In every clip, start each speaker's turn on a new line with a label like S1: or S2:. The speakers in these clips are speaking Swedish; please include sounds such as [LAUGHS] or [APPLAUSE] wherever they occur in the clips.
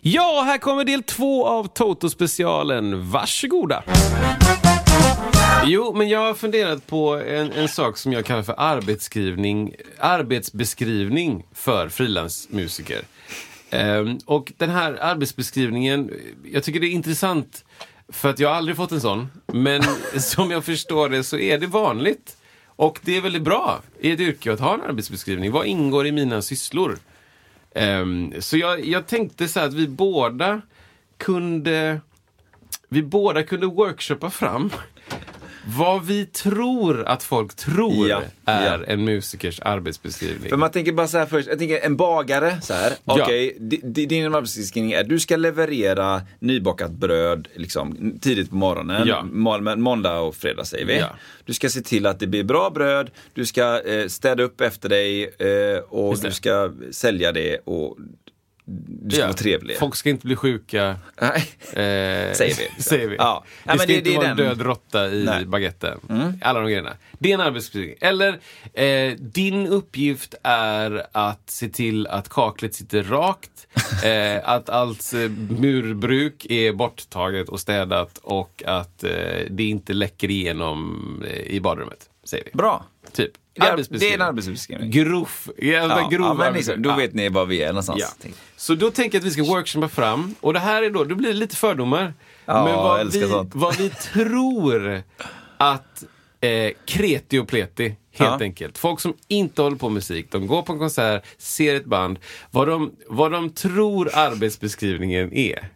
S1: Ja, här kommer del två av Toto-specialen. Varsågoda! Jo, men jag har funderat på en, en sak som jag kallar för arbetsskrivning, arbetsbeskrivning för frilansmusiker. Ehm, och den här arbetsbeskrivningen, jag tycker det är intressant för att jag har aldrig fått en sån.
S2: [LAUGHS]
S1: Men som jag förstår det så är det vanligt. Och det är väldigt bra i ett yrke att ha en arbetsbeskrivning. Vad ingår i mina sysslor? Ehm, så jag, jag tänkte så här att vi båda kunde vi båda kunde workshoppa fram vad vi tror att folk tror
S2: Ja,
S1: är
S2: ja.
S1: en musikers arbetsbeskrivning.
S2: För man tänker bara så här först, jag tänker en bagare så här.
S1: Ja.
S2: Okej, di- di- din arbetsbeskrivning är du ska leverera nybakat bröd liksom, tidigt på morgonen,
S1: Ja.
S2: må- men måndag och fredag säger vi.
S1: Ja.
S2: Du ska se till att det blir bra bröd, du ska eh, städa upp efter dig eh, och
S1: Just det.
S2: du ska sälja det och du ska
S1: Ja.
S2: vara trevlig.
S1: Folk ska inte bli sjuka.
S2: Nej.
S1: Eh,
S2: Säger
S1: [LAUGHS]
S2: vi.
S1: säger vi.
S2: Ja.
S1: Det
S2: Ja, men
S1: ska
S2: det-
S1: inte
S2: det är
S1: vara en
S2: den.
S1: död råtta i
S2: Nej. Mm.
S1: baguetten. Alla de grejerna. Det är en arbetsbeskrivning. Eller, eh, din uppgift är att se till att kaklet sitter
S2: [LAUGHS]
S1: rakt, eh, att allt eh, murbruk är borttaget och städat och att eh, det inte läcker igenom eh, i badrummet. Säger vi.
S2: Bra.
S1: Typ.
S2: Det är- det är en arbetsbeskrivning.
S1: Grov. Jävla
S2: Ja,
S1: grov
S2: ja, men liksom,
S1: arbetsbeskrivning.
S2: då
S1: Ja.
S2: vet ni var vi är någonstans.
S1: Ja. Så då tänker jag att vi ska workshoppa fram, och det här är då, det blir lite fördomar.
S2: Ja,
S1: men
S2: jag
S1: vad
S2: älskar
S1: vi,
S2: sånt.
S1: vad vi tror att eh, kreti och pleti, helt
S2: Ja.
S1: enkelt. Folk som inte håller på med musik, de går på en konsert, ser ett band, vad de, vad de tror arbetsbeskrivningen är.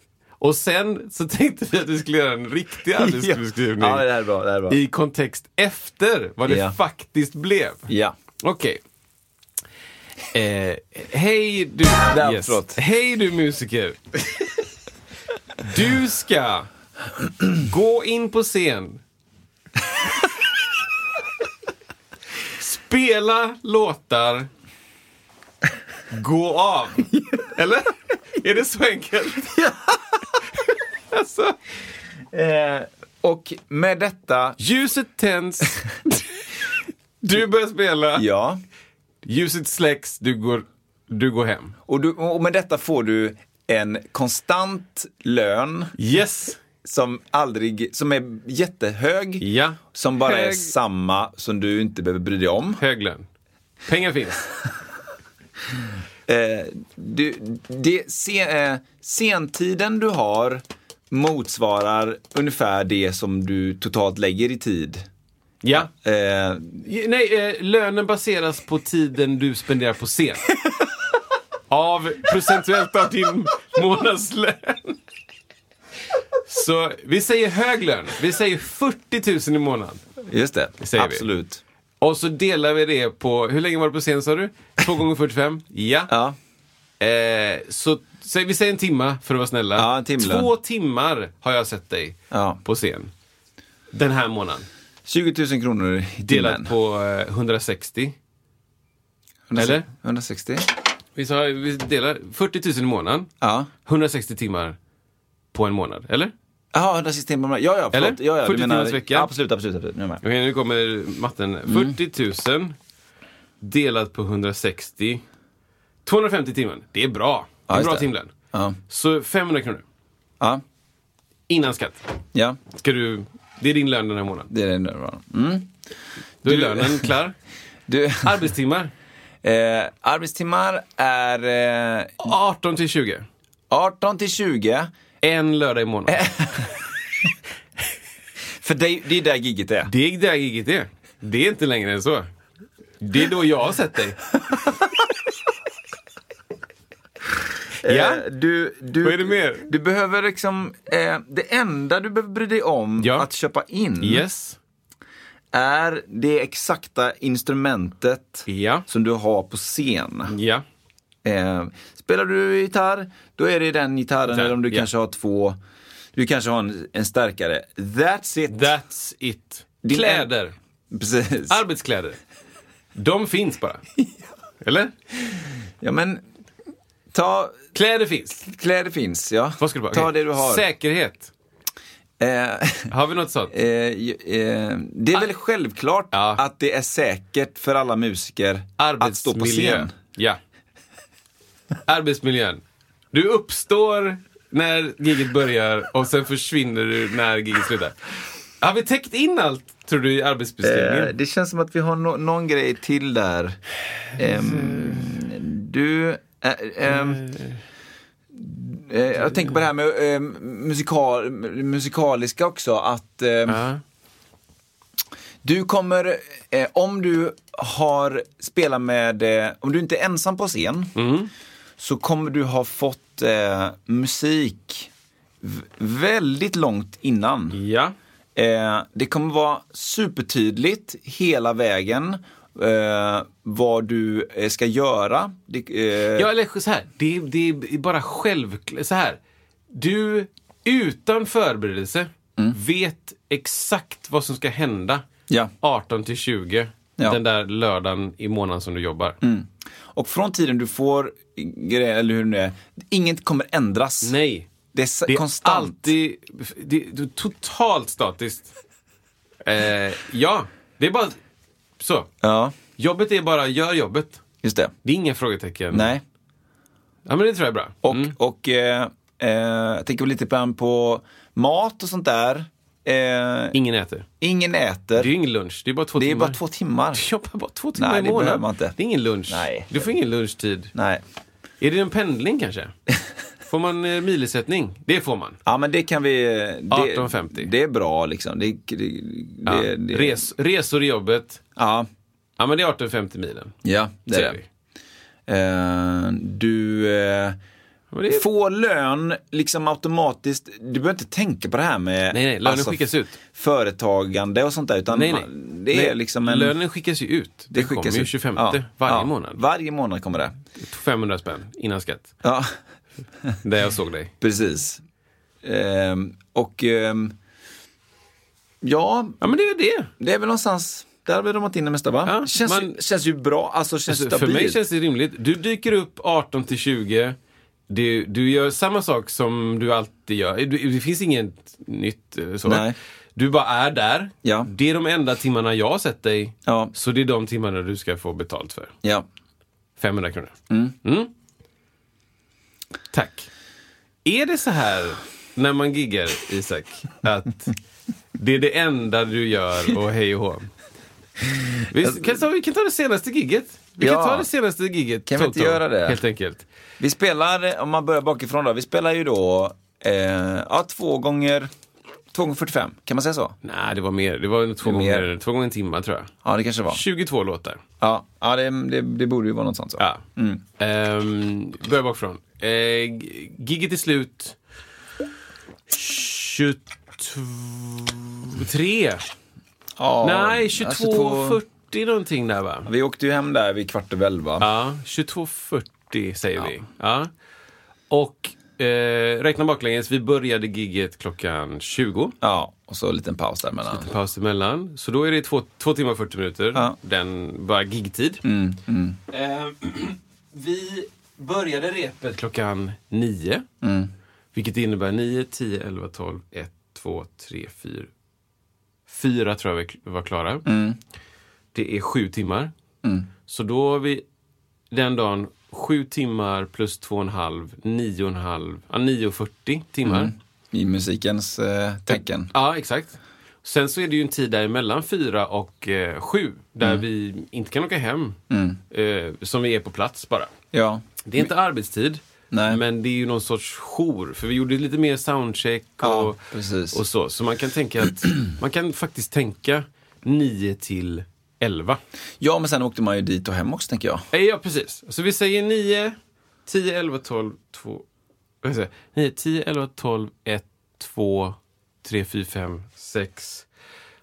S1: Och sen så [LAUGHS] tänkte vi att vi skulle göra en
S2: [LAUGHS]
S1: riktig arbetsbeskrivning
S2: Ja, det här är bra, det här är bra.
S1: i kontext efter vad det
S2: Ja.
S1: faktiskt blev.
S2: Ja.
S1: Okej. Eh, hej du...
S2: Där, förlåt.
S1: Hej du musiker. Du ska gå in på scen. Spela låtar. Gå av. Eller? Är det så enkelt? alltså,
S2: Eh, och med detta,
S1: ljuset tänds. Du börjar spela.
S2: ja.
S1: Ljuset släcks, du går, du går hem.
S2: Och, du, och med detta får du en konstant lön
S1: Yes!
S2: som aldrig, som är jättehög.
S1: Ja.
S2: Som bara är
S1: Hög.
S2: samma som du inte behöver bry dig om.
S1: Hög lön. Pengar
S2: [LAUGHS]
S1: finns.
S2: Eh, du, det, se, eh, sentiden du har motsvarar ungefär det som du totalt lägger i tid.
S1: Ja.
S2: Eh,
S1: Nej, eh, lönen baseras på tiden du spenderar på scen. Av procentuellt av din månadslön. Så vi säger hög lön. Vi säger 40 000 i månaden.
S2: just det,
S1: säger vi.
S2: absolut.
S1: Och så delar vi det på, hur länge var du på scen sa du? 2 gånger 45? Ja.
S2: Ja.
S1: Eh, så säg, vi säger en timma för att vara snälla.
S2: Ja, en timlön.
S1: Två timmar har jag sett dig
S2: Ja.
S1: på scen. Den här månaden.
S2: 20 000 kronor i
S1: Delat
S2: timmen.
S1: på eh, 160. eller?
S2: 160?
S1: Vi, sa, vi delar 40 000 i månaden.
S2: Ja.
S1: 160 timmar på en månad, eller?
S2: Jaha, 160 timmar. Ja, ja, förlåt.
S1: Eller?
S2: Ja, ja, du
S1: 40
S2: menar-
S1: timmars vecka.
S2: Absolut, absolut. absolut. Nu är jag med.
S1: Okej, nu kommer matten.
S2: Mm.
S1: 40 000 delat på 160. 250 timmar. Det är bra. Det
S2: Ja,
S1: är
S2: just
S1: bra
S2: det.
S1: timlön.
S2: Ja.
S1: Så 500 kronor.
S2: Ja,
S1: Innan skatt.
S2: ja.
S1: Ska du, det är din lön den här månaden.
S2: Det är det nu. va? Mm.
S1: Då är
S2: Du-
S1: lönen
S2: [LAUGHS]
S1: klar.
S2: Du,
S1: Arbetstimmar.
S2: eh, arbetstimmar är eh,
S1: 18 till 20.
S2: 18 till 20.
S1: En lördag i månaden.
S2: För det, det är där gigget är.
S1: Det är där giget är. Det är inte längre än så. Det är då jag har sett
S2: [LAUGHS]
S1: dig. ja.
S2: Eh, Du, du,
S1: Vad är det mer?
S2: Du behöver liksom, eh, det enda du behöver bry dig om
S1: Ja.
S2: att köpa in
S1: Yes.
S2: är det exakta instrumentet
S1: Ja.
S2: som du har på scen.
S1: Ja.
S2: Eh, spelar du gitarr, då är det den gitarren.
S1: Gitarr,
S2: Eller om du
S1: ja.
S2: kanske har två, du kanske har en, en starkare. That's it.
S1: That's it.
S2: Din-
S1: Kläder.
S2: [LAUGHS]
S1: Ah,
S2: Precis.
S1: Arbetskläder. De finns
S2: [LAUGHS]
S1: bara. Eller?
S2: Ja men, ta,
S1: Kläder finns.
S2: kläder finns ja.
S1: Vad ska du bara?
S2: ta
S1: okej.
S2: det du har.
S1: Säkerhet.
S2: Eh,
S1: Har vi något sånt?
S2: Eh, eh, det är väl självklart
S1: Ja.
S2: att det är säkert för alla musiker att stå på scen. [LAUGHS]
S1: Ja. Arbetsmiljön. Du uppstår när giget börjar och sen försvinner du när giget slutar. Har vi täckt in allt, tror du, i arbetsbeskrivningen?
S2: Eh, det känns som att vi har no- någon grej till där. Ehm, du... eh, ehm, eh, jag tänker på det här med eh, musikal, musikaliska också. Att eh,
S1: Ja.
S2: du kommer, eh, om du har spelat med, eh, om du inte är ensam på scen, så kommer du ha fått eh, musik v- väldigt långt innan.
S1: ja.
S2: Eh, det kommer vara supertydligt hela vägen eh, vad du eh, ska göra. Det, eh,
S1: Ja, eller så här. Det, är- det är bara självklart. Så här. Du, utan förberedelse, vet exakt vad som ska hända
S2: Mm. Ja.
S1: 18 till 20
S2: Ja. Mm.
S1: den där lördagen i månaden som du jobbar.
S2: Och från tiden du får grejer, eller hur det nu är, inget kommer ändras.
S1: Nej.
S2: Det är, s-
S1: Det är
S2: konstant.
S1: alltid... Det, det är totalt statiskt. Eh, ja, det är bara så.
S2: Ja,
S1: Jobbet är bara, gör jobbet.
S2: just det.
S1: Det är inga frågetecken.
S2: Nej.
S1: Ja, men det tror jag är bra. Mm.
S2: Och, och eh, eh, jag tänker lite ibland på mat och sånt där. Eh,
S1: Ingen äter.
S2: ingen
S1: Det är ju
S2: äter.
S1: ingen lunch. Det är bara två
S2: Det är
S1: timmar.
S2: bara två timmar.
S1: [LAUGHS] Du jobbar bara två timmar
S2: Nej,
S1: i
S2: det
S1: månaden.
S2: behöver man inte.
S1: Det är ingen lunch.
S2: Nej.
S1: Du får ingen lunchtid.
S2: Nej.
S1: Är det en pendling
S2: [LAUGHS]
S1: kanske? Får man eh, milersättning? Det får man.
S2: Ja men det kan vi... Det,
S1: 18.50.
S2: Det är bra liksom. Det, det, det,
S1: Ja.
S2: det,
S1: Res, resor i jobbet.
S2: Ja,
S1: Ja, men det är 18,50 milen.
S2: ja det är
S1: Säger
S2: det.
S1: vi.
S2: Eh, du eh,
S1: Men det är-
S2: får lön liksom automatiskt. Du behöver inte tänka på det här med alltså,
S1: Nej, nej, lönen skickas ut.
S2: företagande och sånt där. Utan
S1: Nej, nej.
S2: man- Det är
S1: Nej,
S2: liksom en...
S1: Lönen skickas ju ut. Det, kommer ju
S2: ut.
S1: 25
S2: Ja,
S1: varje
S2: ja.
S1: månad.
S2: Varje månad kommer det.
S1: 500 spänn innan skatt.
S2: Ja, [LAUGHS]
S1: Där jag såg dig.
S2: precis. Ehm, och ehm, ja,
S1: Ja, men det är väl det.
S2: det är väl någonstans. Där har vi ramat in det mesta va?
S1: Ja,
S2: känns,
S1: man-
S2: ju, känns ju bra, alltså känns
S1: Alltså, för
S2: stabilt.
S1: mig känns det rimligt. Du dyker upp 18 till 20. Du, du gör samma sak som du alltid gör. Du, det finns inget nytt eh, så.
S2: Nej.
S1: Du bara är där.
S2: Ja.
S1: Det är de enda timmarna jag har sett dig.
S2: Ja.
S1: Så det är de timmarna du ska få betalt för.
S2: Ja.
S1: 500 kronor. Mm. Tack. Är det så här när man giggar, Isak, att det är det enda du gör och hej och hå? Vi kan, ta, vi kan ta det senaste gigget. Vi kan
S2: Alltså, Ja.
S1: ta det senaste gigget.
S2: Kan vi inte
S1: Toto,
S2: göra det?
S1: Helt enkelt.
S2: Vi spelar, eh, om man börjar bakifrån då, vi spelar ju då eh, ja, två gånger två gånger 45, kan man säga så?
S1: Nej, det var mer. Det var två,
S2: Det är mer.
S1: gånger, två gånger en timme, tror jag.
S2: Ja, det kanske det var.
S1: 22 låtar.
S2: Ja, ja det, det, det borde ju vara något sånt. Så.
S1: Ja.
S2: Mm.
S1: Ehm, börja bakifrån. Eh, g- gigget är slut 23.
S2: Ja,
S1: Nej,
S2: ja, Mm.
S1: 22.40 någonting där va?
S2: Vi åkte ju hem där vid kvart över elva.
S1: Ja, 22.40 säger vi. Ja. Och eh, räkna baklänges, vi började gigget klockan 20.
S2: Ja, och så en liten paus där mellan.
S1: Paus emellan. Så då är det två, två timmar och 40 minuter.
S2: Ja.
S1: Den bara gigtid. Eh, [CLEARS THROAT] vi började repet klockan 9. Vilket innebär 9, 10, 11, 12, 1, 2, 3, 4. Fyra tror jag vi var klara. Det är sju timmar. Så då har vi den dagen sju timmar plus två och en halv, nio och en halv, ja, 9.40 timmar.
S2: Mm. I musikens eh, tecken.
S1: Ja, exakt. Sen så är det ju en tid där mellan fyra och eh, sju där
S2: Mm.
S1: vi inte kan åka hem. Eh, som vi är på plats bara.
S2: Ja,
S1: Det är inte arbetstid,
S2: Mm. Nej.
S1: men det är ju någon sorts jour. För vi gjorde lite mer soundcheck och,
S2: Ja, precis.
S1: och så. Så man kan tänka att man kan faktiskt tänka 9 till 11.
S2: ja men sen åkte man ju dit och hem också tänker jag.
S1: Eh, Ja, precis. Så vi säger 9, 10, 11, 12, 2... Vad säger jag? 9, 10, 11, 12, 1, 2, 3, 4, 5, 6,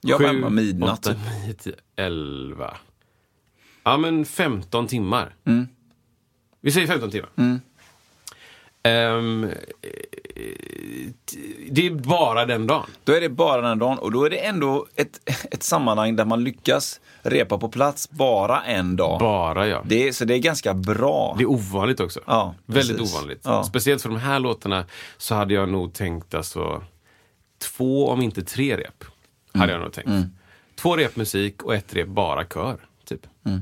S2: Jag var
S1: Sju,
S2: hemma midnatt.
S1: åtta,
S2: typ.
S1: nio,
S2: Mm.
S1: tio, elva. Ja, men 15 timmar. Vi säger 15 timmar. Ehm, eh, t- det är bara den dagen.
S2: Då är det bara den här dagen och då är det ändå ett, ett sammanhang där man lyckas repa på plats bara en dag.
S1: Bara ja.
S2: Det är, så det är ganska bra.
S1: Det är ovanligt också.
S2: Ja,
S1: Väldigt
S2: precis.
S1: ovanligt.
S2: Ja.
S1: Speciellt för de här låtarna så hade jag nog tänkt alltså två, om inte tre rep.
S2: Mm.
S1: Hade jag nog tänkt. Två rep musik och ett rep bara kör. Typ.
S2: Mm.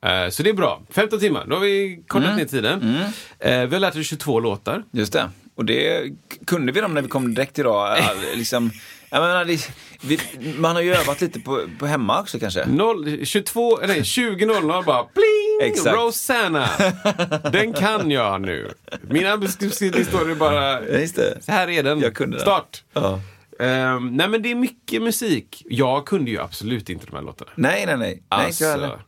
S1: Eh, Så det är bra. 15 timmar, då har vi kortat
S2: Mm.
S1: ner tiden. Eh, Vi har lärt oss 22 låtar.
S2: Just det. Och det k- kunde vi dem när vi kom direkt idag. Ja,
S1: [LAUGHS]
S2: Liksom, jag menar, det, vi, man har ju övat lite på, på hemma också kanske.
S1: Noll- 22, nej 20.00 bara pling!
S2: Exakt.
S1: Rosanna! Den kan jag nu. Min arbetsbeskrivning står det bara...
S2: Ja, just det.
S1: Så här är den.
S2: Jag kunde den.
S1: Start!
S2: Ja.
S1: Ehm, nej men det är mycket musik. Jag kunde ju absolut inte de här låtarna.
S2: Nej, nej, nej. nej inte jag heller.
S1: Alltså,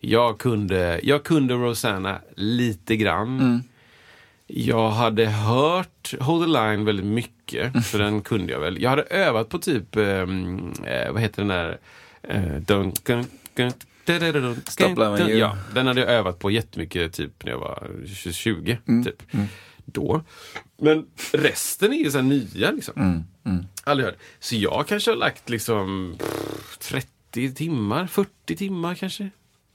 S1: jag kunde, jag kunde Rosanna lite grann.
S2: Mm.
S1: Jag hade hört Hold the line väldigt
S2: Mm.
S1: mycket, så den kunde jag väl. Jag hade övat på typ, ehm, eh, vad heter den där, eh, dun, dun, dun, dun, dun, dun,
S2: Stop
S1: dun,
S2: Loving
S1: dun.
S2: You.
S1: Ja, den hade jag övat på jättemycket typ när jag var 20, typ. Då. Men resten är ju så här nya liksom. Aldrig hört. Så jag kanske har lagt liksom pff, 30 timmar, 40 timmar kanske.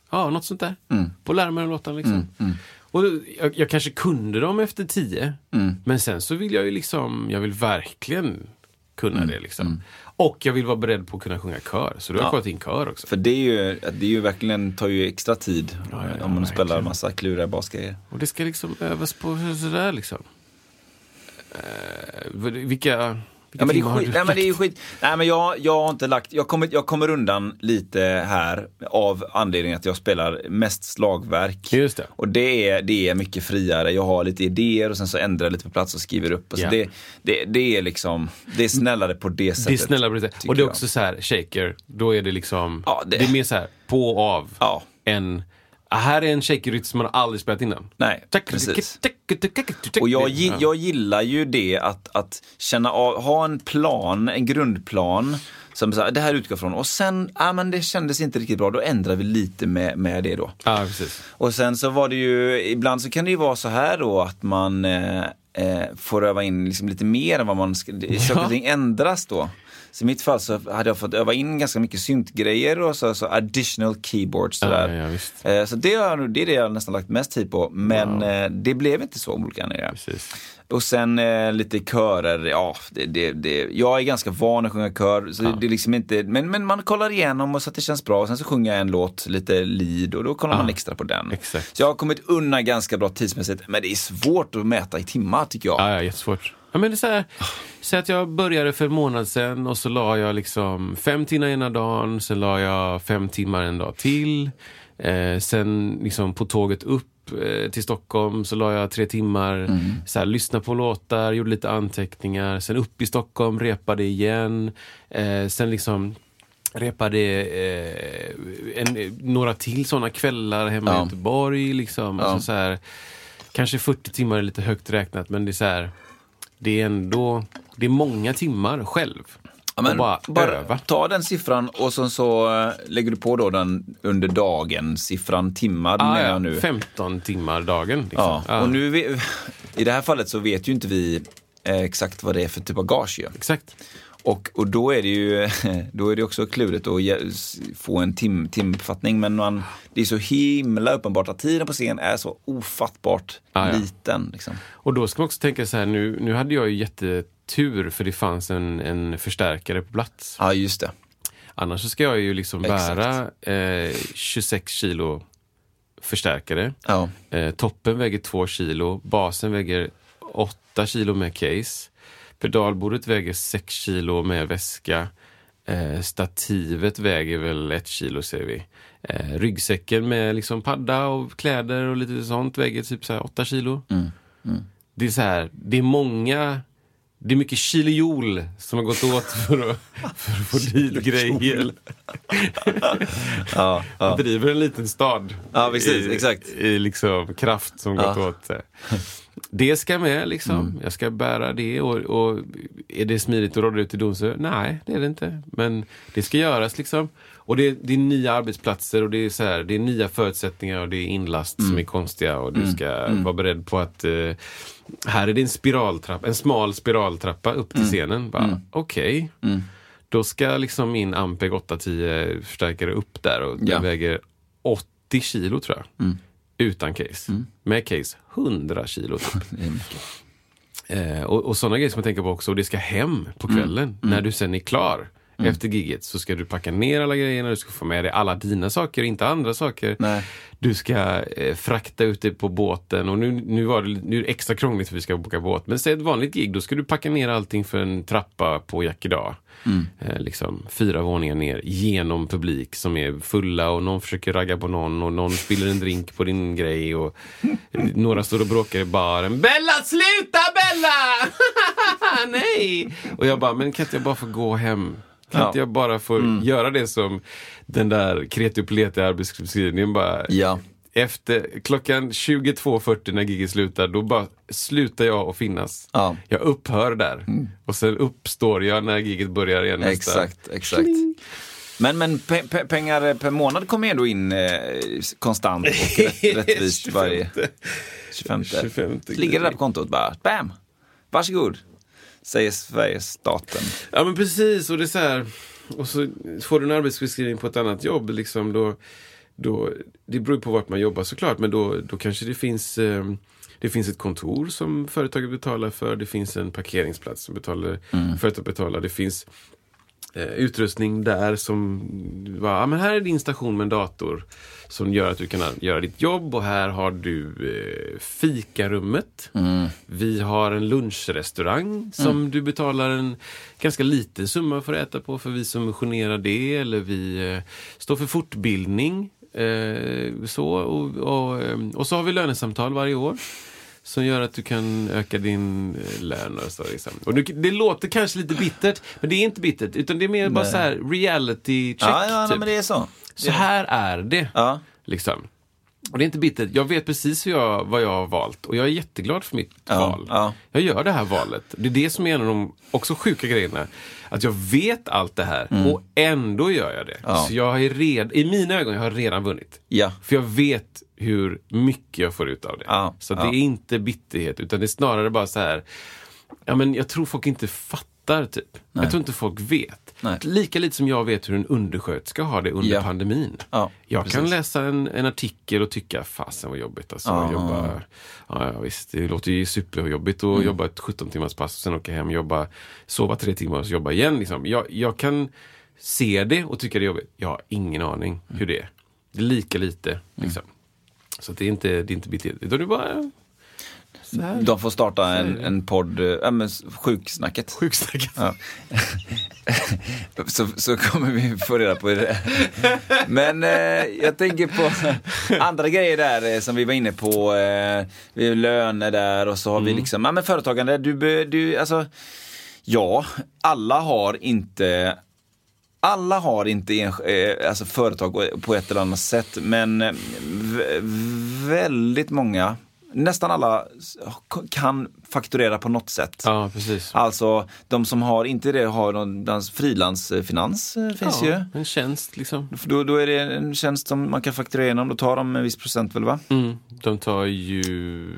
S1: Ja, något sånt där. På att lära mig de låtarna liksom. Och då- jag, jag kanske kunde dem efter 10. Men sen så vill jag ju liksom, jag vill verkligen kunna det liksom. Och jag vill vara beredd på att kunna sjunga kör. Så då har jag kollat in kör också.
S2: För det är ju, det är ju verkligen, tar ju extra tid
S1: ja, ja,
S2: om man spelar
S1: verkligen.
S2: en massa kluriga basgrejer.
S1: Och det ska liksom övas på sådär liksom. Eh, vad- vilka...
S2: Ja, men det, är
S1: timmar har
S2: skit,
S1: du
S2: nej, men det är
S1: lagt?
S2: skit. Nej, men jag, jag har inte lagt, jag kommer, jag kommer undan lite här av anledningen att jag spelar mest slagverk.
S1: Just det.
S2: Och det är, det är mycket friare. Jag har lite idéer och sen så ändrar jag lite på plats och skriver upp. Och så
S1: Ja.
S2: det, det, det är liksom, det är snällare på det sättet.
S1: Det är snälla på det sättet.
S2: tycker
S1: Och det är
S2: jag.
S1: också så här, shaker, då är det liksom...
S2: Ja,
S1: det...
S2: det-
S1: är mer så här, på och av.
S2: Ja.
S1: Än, ah, här är en shaker-rytm som man aldrig spelat innan.
S2: Nej, precis. Och jag, gi- jag gillar ju det att, att känna av, ha en plan, en grundplan. Som så här, det här utgår från. Och sen, ja men det kändes inte riktigt bra. Då ändrar vi lite med, med det då.
S1: Ja, precis.
S2: Och sen så var det ju, ibland så kan det ju vara så här då att man eh, eh, får öva in liksom lite mer än vad man, ska- det- saker och ting ändras då. Så i mitt fall så hade jag fått öva in ganska mycket syntgrejer och så, så additional keyboards sådär.
S1: Ja, ja, visst.
S2: Eh, så det, har jag nog- det är det jag nästan lagt mest tid på, men eh, det blev inte så olika anledningar.
S1: precis.
S2: Och sen eh, lite körer, ja, det, det, det, jag är ganska van att sjunga kör. Så det är liksom inte, men, men man kollar igenom och så att det känns bra. Och sen så sjunger jag en låt, lite lead och då kollar man extra på den.
S1: exakt.
S2: Så jag har kommit undan ganska bra tidsmässigt. Men det är svårt att mäta i timmar tycker jag.
S1: Ja, ja, jättesvårt. Ja, men det är så här, säg att jag började för en månad sedan och så la jag liksom fem timmar ena dagen, sen la jag fem timmar en dag till. Eh, sen liksom på tåget upp eh, till Stockholm så la jag tre timmar, så här, lyssna på låtar, gjorde lite anteckningar. Sen upp i Stockholm, repade igen. Eh, sen liksom repade eh, en, några till sådana kvällar hemma i
S2: Ja.
S1: Göteborg. Liksom. Alltså, så här, kanske 40 timmar är lite högt räknat, men det är så här, det är ändå det är många timmar själv.
S2: Ja, men
S1: och bara, öva.
S2: ta den siffran och sen så eh, lägger du på då den under dagen, siffran timmar
S1: Ah,
S2: menar
S1: ja,
S2: jag nu.
S1: 15 timmar dagen. Liksom.
S2: Ja,
S1: Ja,
S2: och nu, vi- [LAUGHS] i det här fallet så vet ju inte vi eh, exakt vad det är för typ av gage ju.
S1: Exakt.
S2: Och, och då är det ju [LAUGHS] då är det också klurigt att ge, s- få en tim, timuppfattning. Men man, det är så himla uppenbart att tiden på scen är så ofattbart
S1: Ah, ja.
S2: liten. Liksom.
S1: Och då ska man också tänka så här, nu, nu hade jag ju jättetur för det fanns en, en förstärkare på plats.
S2: Ja, just det.
S1: Annars så ska jag ju liksom
S2: Exakt.
S1: bära eh, 26 kilo förstärkare.
S2: Ja.
S1: Eh, toppen väger 2 kilo, basen väger 8 kilo med case. Pedalbordet väger 6 kilo med väska. Eh, stativet väger väl 1 kilo säger vi. Eh, ryggsäcken med liksom padda och kläder och lite sånt väger typ så här 8 kilo. Det är så här, det är många det är mycket kilojoule som har gått åt för att, för att få dit grejer.
S2: Ja, ja.
S1: Man driver en liten stad.
S2: Ja, precis,
S1: i,
S2: exakt.
S1: I liksom eh.
S2: [LAUGHS]
S1: kraft som gått åt. Det ska med liksom. Jag ska bära det och, och är det smidigt att råda ut till domstol? Nej, det är det inte. Men det ska göras liksom. Och det, det är nya arbetsplatser och det är, så här, det är nya förutsättningar och det är inlast som är konstiga och du ska vara beredd på att eh, här är det en spiraltrappa, en smal spiraltrappa upp till scenen. Bara, Okej. Då ska liksom min Ampeg 810 förstärkare upp där och den
S2: Ja.
S1: väger 80 kilo tror jag. Utan case. Med case 100 kilo typ. Eh, och, och sådana grejer som jag tänker på också. Och det ska hem på kvällen. När du sen är klar efter gigget så ska du packa ner alla grejerna. Du ska få med dig alla dina saker, inte andra saker.
S2: Nej.
S1: Du ska eh, frakta ut det på båten. Och nu, nu, var det, nu är det extra krångligt för vi ska boka båt. Men säg ett vanligt gig, då ska du packa ner allting för en trappa på Jackedal. Eh, liksom fyra våningar ner genom publik som är fulla och någon försöker ragga på någon och någon spiller en drink på din grej och några står och bråkar i baren. Bella, sluta Bella! [LAUGHS] Nej! Och jag bara, men kan inte jag bara få gå hem? Kan
S2: Ja.
S1: inte jag bara få göra det som den där kreti och pleti arbetsbeskrivningen bara
S2: Ja.
S1: efter klockan 22.40 när giget slutar, då bara slutar jag att finnas.
S2: Ja. Mm.
S1: Jag upphör där. Och sen uppstår jag när giget börjar igen nästa. [LAUGHS]
S2: Exakt, exakt. Men, men pe pe pengar per månad kommer ändå in eh, konstant och
S1: [LAUGHS]
S2: rätt, rättvist varje 25.
S1: 25.
S2: Ligger det där på kontot bara, bam! Varsågod, säger Sveriges staten.
S1: Ja men precis, och det är så här. Och så får du en arbetsbeskrivning på ett annat jobb, liksom då, då, det beror ju på vart man jobbar såklart, men då, då kanske det finns, eh, det finns ett kontor som företaget betalar för, det finns en parkeringsplats som betalar,
S2: Mm.
S1: företaget betalar, det finns eh, utrustning där som var, ah, men här är din station med en dator som gör att du kan göra ditt jobb och här har du eh, fikarummet. Vi har en lunchrestaurang som du betalar en ganska liten summa för att äta på för vi subventionerar det eller vi eh, står för fortbildning. Eh, så, och, och, ehm, och så har vi lönesamtal varje år. Som gör att du kan öka din eh, lön. Och så, liksom. och det, det låter kanske lite bittert, men det är inte bittert. Utan det är mer bara så här reality check.
S2: Ja, ja,
S1: typ.
S2: nej, men det är så.
S1: Så här är det.
S2: Ja.
S1: Liksom. Och det är inte bittert. Jag vet precis hur jag, vad jag har valt och jag är jätteglad för mitt
S2: Ja,
S1: val.
S2: ja.
S1: Jag gör det här valet. Det är det som är en av de också sjuka grejerna. Att jag vet allt det här
S2: Mm.
S1: och ändå gör jag det. Så jag är red, I mina ögon jag har redan vunnit.
S2: Ja.
S1: För jag vet hur mycket jag får ut av det.
S2: Ja,
S1: Så att
S2: ja.
S1: det är inte bitterhet utan det är snarare bara så här. Ja, men jag tror folk inte fattar typ. Jag tror inte folk vet.
S2: Nej.
S1: Lika lite som jag vet hur en undersköterska har det under
S2: Ja.
S1: pandemin.
S2: Ja,
S1: jag kan
S2: precis.
S1: läsa en, en artikel och tycka, fasen vad jobbigt alltså.
S2: Ja,
S1: att jobba, ja, ja, visst, det låter ju superjobbigt
S2: Mm.
S1: att jobba ett 17 timmars pass och sen åka hem och jobba, sova tre timmar och så jobba igen. Liksom. Jag, jag kan se det och tycka det är jobbigt. Jag har ingen aning
S2: Mm.
S1: hur det är. Det är lika lite. Liksom. Så att det är inte, det är inte bitter. Utan det är bara så här.
S2: De får starta en, en podd, eh, ja, men s- sjuksnacket.
S1: Sjuksnacket.
S2: Ja. så, så kommer vi få reda på det. Men eh, jag tänker på andra grejer där eh, som vi var inne på. Eh, vi har löner där och så har vi liksom, ja men företagande, du, be- du, alltså, ja, alla har inte alla har inte ens- eh, alltså företag på ett eller annat sätt, men eh, v- väldigt många, nästan alla s- kan fakturera på något sätt.
S1: Ja, precis.
S2: Alltså de som har inte det har någon dans- frilansfinans eh, finns ju.
S1: En tjänst liksom.
S2: För Då, då är det en tjänst som man kan fakturera igenom, då tar de en viss procent väl va?
S1: Mm. De tar ju...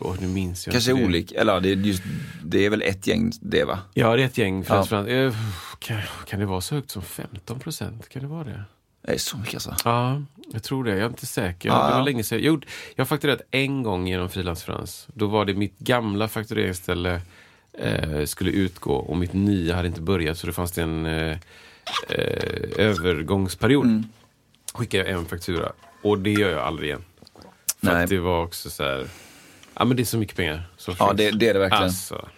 S1: Åh, nu minns jag
S2: Kanske
S1: inte det.
S2: olika, eller ja, det är, just, det är väl ett gäng det va?
S1: Ja, det är ett gäng.
S2: Ja.
S1: Frans, Frans. Eh, Kan, kan det vara så högt som 15 procent? Kan det vara det?
S2: Det är så mycket alltså.
S1: Ja, jag tror det. Jag är inte säker.
S2: Ja,
S1: det var
S2: ja.
S1: länge sedan. Jag, gjorde, jag har fakturerat en gång genom Frilans Frans. Då var det mitt gamla faktureringsställe eh, skulle utgå och mitt nya hade inte börjat så det fanns det en eh, eh, övergångsperiod.
S2: Mm.
S1: Skickade jag en faktura och det gör jag aldrig igen. För
S2: Nej.
S1: att det var också så här... Ja, men det är så mycket pengar. som
S2: Ja,
S1: finns.
S2: det- det är det verkligen.
S1: Alltså.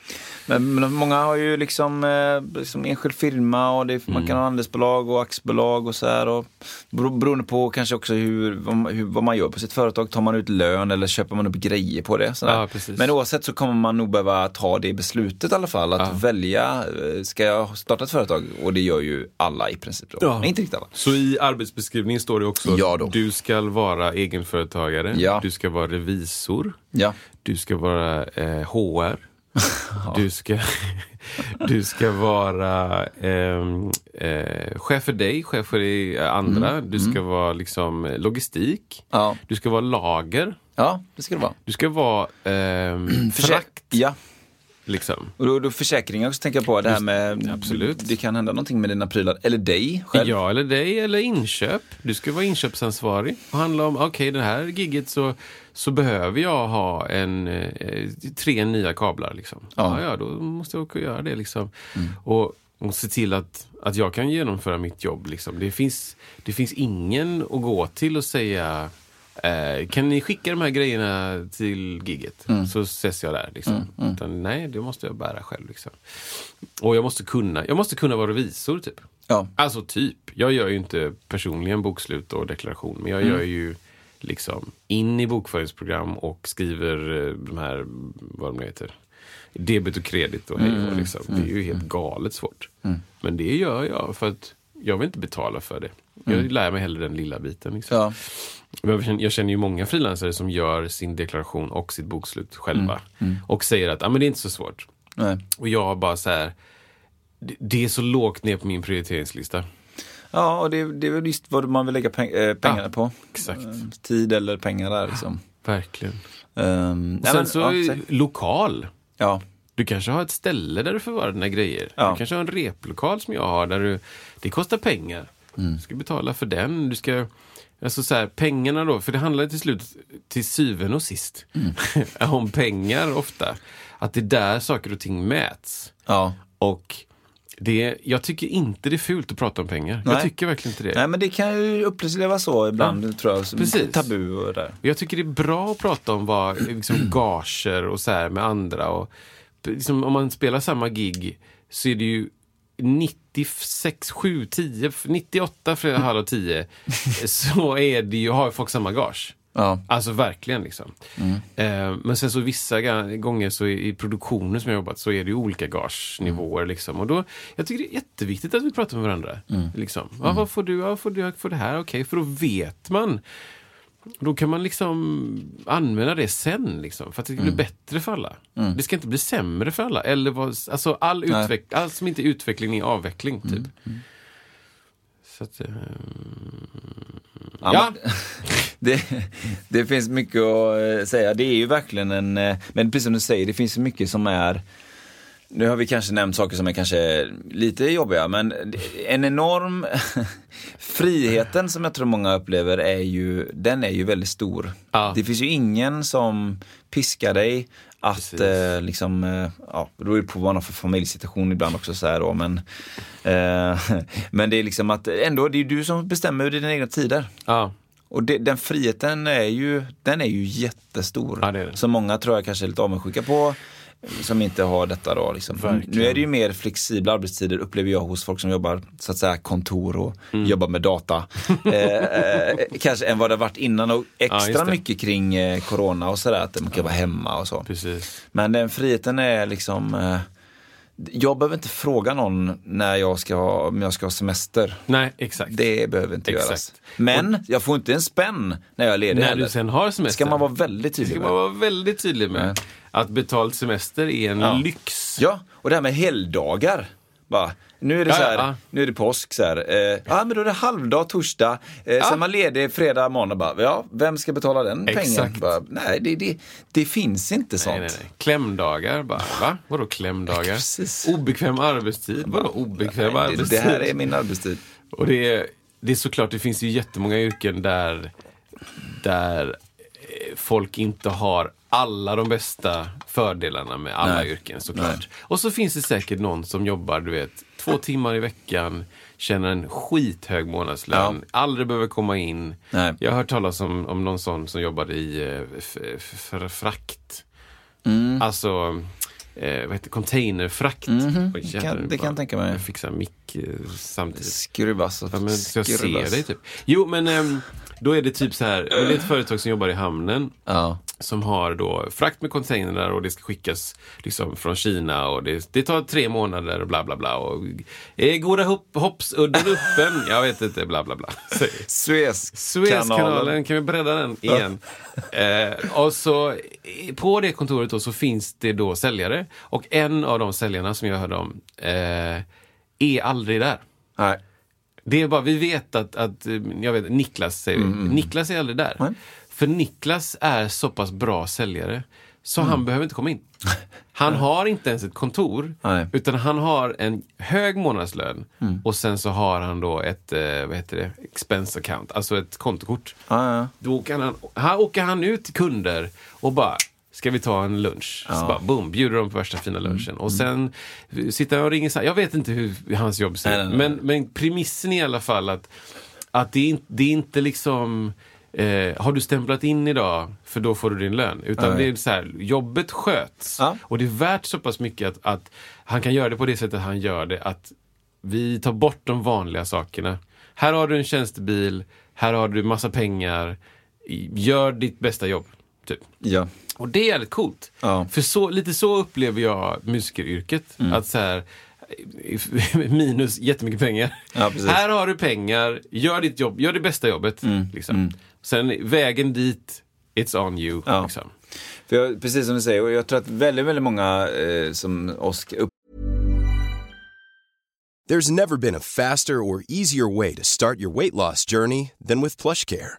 S2: Men, men många har ju liksom, eh, liksom enskild firma och det, man
S1: Mm.
S2: kan ha andelsbolag och aktiebolag och så här. Och bero, beroende på kanske också hur, vad man- hur, vad man gör på sitt företag. Tar man ut lön eller köper man upp grejer på det? Så där.
S1: Ja, precis.
S2: men oavsett så kommer man nog behöva ta det beslutet i alla fall. Att välja, eh, ska jag starta ett företag? Och det gör ju alla i princip. Då.
S1: Ja.
S2: Nej, inte riktigt alla.
S1: Så i arbetsbeskrivningen står det också
S2: Ja
S1: att
S2: då.
S1: du ska vara egenföretagare,
S2: Ja.
S1: du ska vara revisor,
S2: Ja, [LAUGHS]
S1: du ska vara eh, HR, Du ska, [LAUGHS] du ska vara ehm, eh, chef för dig, chef för dig, eh, andra. Du ska vara liksom eh, logistik.
S2: Mm. Ja.
S1: Du ska vara lager.
S2: Ja, det ska det vara.
S1: Du ska vara
S2: [CLEARS THROAT]
S1: ehm, frakt.
S2: Ja,
S1: Liksom.
S2: och då, då försäkringar också tänker jag på. Det här med,
S1: absolut.
S2: det kan hända någonting med dina prylar. Eller dig själv.
S1: Ja, eller dig, eller inköp. Du ska vara inköpsansvarig. Och handla om, okej, det här gigget så, så behöver jag ha en, eh, tre nya kablar. Liksom. Ja.
S2: Ja. Mm.
S1: ja, då måste jag åka och göra det. Liksom. Och, och se till att, att jag kan genomföra mitt jobb. Liksom. Det, finns, det finns ingen att gå till och säga Eh, kan ni skicka de här grejerna till gigget?
S2: Mm.
S1: Så ses jag där. Liksom. Utan, nej, det måste jag bära själv. Liksom. Och jag måste kunna, jag måste kunna vara revisor, typ.
S2: Ja.
S1: Alltså typ. Jag gör ju inte personligen bokslut och deklaration, men jag gör ju liksom in i bokföringsprogram och skriver eh, de här, vad de nu heter, debet och kredit och hej och hå, liksom. Det är ju helt galet svårt. Men det gör jag för att jag vill inte betala för det. Jag lär mig hellre den lilla biten. Liksom.
S2: Ja.
S1: Men Jag känner, jag känner ju många frilansare som gör sin deklaration och sitt bokslut själva. Och säger att ah, men det är inte så svårt.
S2: Nej.
S1: Och jag bara så här, det, det är så lågt ner på min prioriteringslista.
S2: Ja, och det, det är väl just vad man vill lägga peng, eh, pengarna
S1: Ja,
S2: på.
S1: exakt.
S2: Eh, Tid eller pengar där liksom.
S1: Verkligen.
S2: Ehm,
S1: Och
S2: nej,
S1: sen
S2: men,
S1: så
S2: ja,
S1: är-
S2: säg.
S1: lokal.
S2: ja,
S1: Du kanske har ett ställe där du förvarar dina grejer.
S2: Ja.
S1: Du kanske har en replokal som jag har där du... Det kostar pengar.
S2: Mm.
S1: Du ska betala för den. Du ska... Alltså så här, pengarna då, för det handlar till slut, till syvende och sist,
S2: Mm.
S1: [LAUGHS] om pengar ofta. Att det är där saker och ting mäts.
S2: ja.
S1: Och det, jag tycker inte det är fult att prata om pengar. Jag
S2: Nej.
S1: tycker verkligen inte det.
S2: Nej, men det kan ju upplevas så ibland, tror jag. som
S1: precis.
S2: Tabu och där.
S1: Jag tycker det är bra att prata om vad, liksom, gager och så här med andra. Och, liksom, om man spelar samma gig så är det ju 96, 7, 10, 98, fredag, halv och 10 så är det ju, har ju folk samma gage.
S2: Ja.
S1: Alltså verkligen liksom. Eh, men sen så vissa ga- gånger så i, i produktionen som jag jobbat så är det ju olika gagenivåer liksom. Och då, jag tycker det är jätteviktigt att vi pratar med varandra. Liksom. Ja, vad får du? Ja, vad får du? Jag får det här? Okej, för då vet man. Då kan man liksom använda det sen liksom, för att det blir
S2: Mm.
S1: bättre för alla. Det ska inte bli sämre för alla. Eller vad, alltså all utveck- allt som inte är utveckling är avveckling. Typ.
S2: Mm.
S1: Så att, eh, ja,
S2: men- Det, det finns mycket att eh, säga. Det är ju verkligen en, eh, men precis som du säger, det finns ju mycket som är nu har vi kanske nämnt saker som är kanske lite jobbiga, men en enorm [LAUGHS] friheten som jag tror många upplever är ju, den är ju väldigt stor.
S1: Ja.
S2: Det finns ju ingen som piskar dig att
S1: Precis.
S2: eh, liksom, eh, ja, det beror ju på vad man har för familjesituation ibland också så här då, men, eh, [LAUGHS] men det är liksom att ändå, det är ju du som bestämmer över dina egna tider.
S1: ja,
S2: Och det, den friheten är ju, den är ju jättestor.
S1: Ja, det är den.
S2: Som många tror jag kanske är lite avundsjuka på. Som inte har detta då. Liksom.
S1: Verkligen.
S2: Nu är det ju mer flexibla arbetstider upplever jag hos folk som jobbar så att säga kontor och
S1: Mm.
S2: jobbar
S1: [LAUGHS]
S2: med data. eh, eh, kanske än vad det har varit innan och
S1: Ja,
S2: extra
S1: just det.
S2: mycket kring eh, corona och sådär. Att man kan vara hemma och så.
S1: precis.
S2: Men den friheten är liksom eh, jag behöver inte fråga någon när jag ska ha, om jag ska ha semester.
S1: Nej, exakt.
S2: Det behöver inte
S1: Exakt.
S2: göras. Men jag får inte en spänn när jag är ledig
S1: När
S2: heller.
S1: du sen har semester.
S2: ska man vara väldigt
S1: Det
S2: tydlig
S1: ska
S2: med.
S1: man vara väldigt tydlig med. Att betald semester är en lyx.
S2: Ja, och det här med helgdagar. Bara, nu är det
S1: Ja,
S2: så här,
S1: ja, ja.
S2: nu är det påsk så här. Eh, ja, men då är det halvdag torsdag. Eh, Sen är man ledig fredag, måndag bara. Ja, vem ska betala den
S1: Exakt.
S2: pengen? Bara, nej, det, det, det finns inte sånt.
S1: Nej, nej, nej. Klämdagar bara. Va? Vadå klämdagar?
S2: Precis.
S1: Obekväm arbetstid. Vadå obekväm
S2: Nej, det,
S1: arbetstid?
S2: det här är min arbetstid.
S1: Och det är, det är såklart, det finns ju jättemånga yrken där, där eh, folk inte har alla de bästa fördelarna med alla
S2: Nej.
S1: yrken såklart. Och så finns det säkert någon som jobbar, du vet, två timmar i veckan, tjänar en skithög månadslön, aldrig behöver komma in.
S2: Nej.
S1: Jag har hört talas om, om någon sån som jobbade i eh, f- f- f- frakt.
S2: Mm.
S1: Alltså, eh, vad heter containerfrakt. Oj,
S2: Mhm. Det kan-
S1: jävlar,
S2: det kan jag
S1: bara-
S2: tänka mig.
S1: Jag fixar mick eh, samtidigt.
S2: Skruvas och
S1: Ja, men så jag ser
S2: skruvas.
S1: dig typ. Jo, men ehm, då är det typ så här. men Det är ett företag som jobbar i hamnen.
S2: Ja.
S1: som har då frakt med containrar och det ska skickas liksom från Kina och det, det tar tre månader och bla bla bla. Och, eh, goda hopp, hoppsudden öppen? Jag vet inte, bla bla bla. säger- Suezkanalen, kan vi bredda den igen? eh, och så, eh, på det kontoret då, så finns det då säljare och en av de säljarna som jag hörde om eh, är aldrig där.
S2: Nej.
S1: Det är bara, vi vet att, att eh, jag vet, Niklas säger vi. Niklas är aldrig där.
S2: Mm, Nej.
S1: För Niklas är så pass bra säljare så
S2: Mm.
S1: han behöver inte komma
S2: [LAUGHS]
S1: in. Han har inte ens ett kontor,
S2: Nej. Mm.
S1: utan han har en hög månadslön och sen så har han då ett, eh, vad heter det, expense account, alltså ett kontokort.
S2: Ja, ja.
S1: Då åker han, här åker han ut till kunder och bara Ska vi ta en lunch? Så bara, boom, bjuder dem på värsta fina
S2: Mm.
S1: lunchen. Och sen eh, sitter han och ringer. Så här, jag vet inte hur hans jobb ser ut.
S2: nej, nej.
S1: Men, men premissen är i alla fall att, att det, är, in- det är inte liksom eh, har du stämplat in idag för då får du din lön. Utan det är så här, jobbet sköts.
S2: Ja.
S1: Och det är värt så pass mycket att, att han kan göra det på det sättet han gör det. Att vi tar bort de vanliga sakerna. Här har du en tjänstebil, här har du massa pengar. Gör ditt bästa jobb. Typ.
S2: ja.
S1: Och det är jävligt coolt.
S2: Ja. Mm.
S1: För så, lite så upplever jag musikeryrket. Att så här, minus jättemycket pengar.
S2: Ja, precis. Mm,
S1: här har du pengar, gör ditt jobb, gör det bästa jobbet. Liksom. Sen vägen dit, it's on you.
S2: Ja.
S1: Liksom.
S2: För jag, precis som du säger, och jag tror att väldigt, väldigt många eh, som oss
S3: There's never been a faster or easier way to start your weight loss journey than with PlushCare.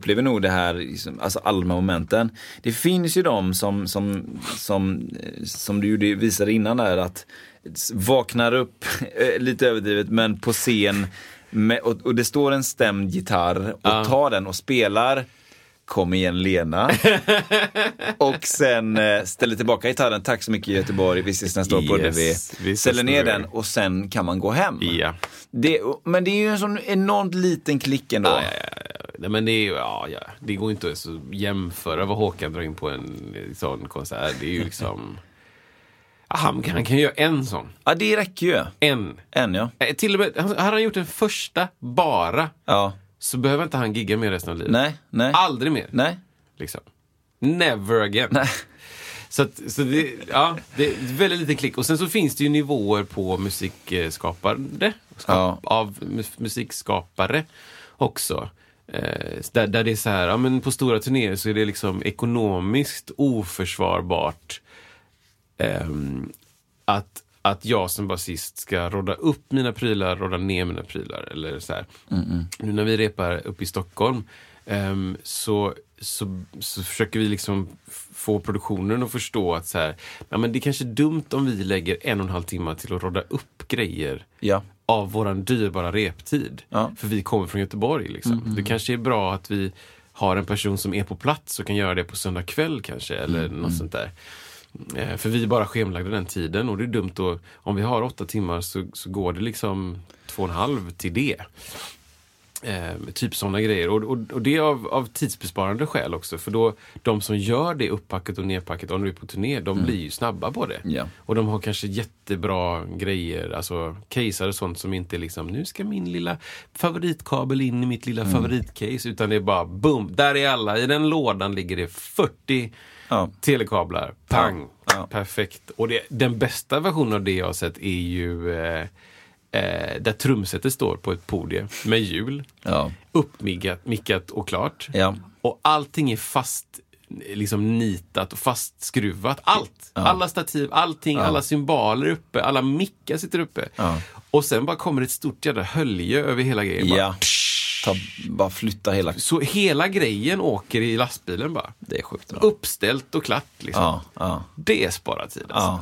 S2: upplever nog det här, liksom, alltså allmänna momenten. Det finns ju de som, som, som, eh, som du gjorde- visade innan där, att s- vaknar upp, [LAUGHS] eh, lite överdrivet, men på scen med, och, och det står en stämd gitarr och tar den och spelar Kom
S1: [LAUGHS]
S2: igen Lena. och sen eh, ställer tillbaka gitarren, tack så mycket Göteborg, vi ses nästa år på
S1: Yes, vi
S2: Ullevi.
S1: ses
S2: Ställer ner
S1: nästa
S2: den
S1: år.
S2: och sen kan man gå hem.
S1: Ja.
S2: Det, men det är ju en sån enormt liten klick ändå.
S1: Ja, ja, ja. Nej, men det, är, ju- ja, ja. det går inte att så jämföra vad Håkan drar in på en eh, sån konsert. Det är ju liksom... Ja, Han, han kan ju göra en sån.
S2: ja det räcker ju.
S1: En.
S2: En ja.
S1: Eh, Till och med, han- hade han gjort den första bara
S2: Ja.
S1: så behöver inte han gigga mer resten av livet.
S2: Nej, nej.
S1: Aldrig mer.
S2: Nej.
S1: Liksom. Never again.
S2: Nej.
S1: Så, att, så det, ja, det är väldigt lite klick. Och sen så finns det ju nivåer på musikskapare, skap, av mu- musikskapare också. Eh, där, där det är så här, ja, men på stora turnéer så är det liksom ekonomiskt oförsvarbart ehm, att, att jag som basist ska rodda upp mina prylar, rodda ner mina prylar. Eller så här. Nu när vi repar uppe i Stockholm ehm, så, så, så försöker vi liksom f- få produktionen att förstå att så här, ja, men det är kanske är dumt om vi lägger en och en halv timme till att rodda upp grejer
S2: Ja.
S1: av våran dyrbara reptid.
S2: Ja. Mm,
S1: För vi kommer från Göteborg. Liksom. Det kanske är bra att vi har en person som är på plats och kan göra det på söndag kväll kanske. Eller
S2: Mm,
S1: något sånt där. Eh, För vi är bara schemlagda den tiden och det är dumt då. Om vi har åtta timmar så, så går det liksom två och en halv till det. Eh, typ sådana grejer. Och, och, och det är av, av tidsbesparande skäl också. För då, de som gör det upppacket och nedpacket, om du är på turné, de blir ju snabba på det.
S2: Ja.
S1: Och de har kanske jättebra grejer, alltså casear och sånt som inte är liksom, nu ska min lilla favoritkabel in i mitt lilla
S2: Mm.
S1: favoritcase. Utan det är bara boom, där är alla. I den lådan ligger det 40
S2: Ja.
S1: telekablar. Pang!
S2: Ja.
S1: Perfekt. Och det, den bästa versionen av det jag har sett är ju eh, eh, där trumsetet står på ett podium med hjul
S2: Ja.
S1: uppmickat mickat och klart.
S2: Ja.
S1: Och allting är fast liksom nitat och fastskruvat. Allt! Alla stativ, allting, alla symboler uppe, alla mickar sitter uppe. Och sen bara kommer ett stort jävla hölje över hela grejen. Bara,
S2: Ja. Ta, bara flytta hela...
S1: så hela grejen åker i lastbilen bara.
S2: Det är sjukt. bra.
S1: Uppställt och klart liksom.
S2: Ja, ja,
S1: Det sparar tid alltså.
S2: ja.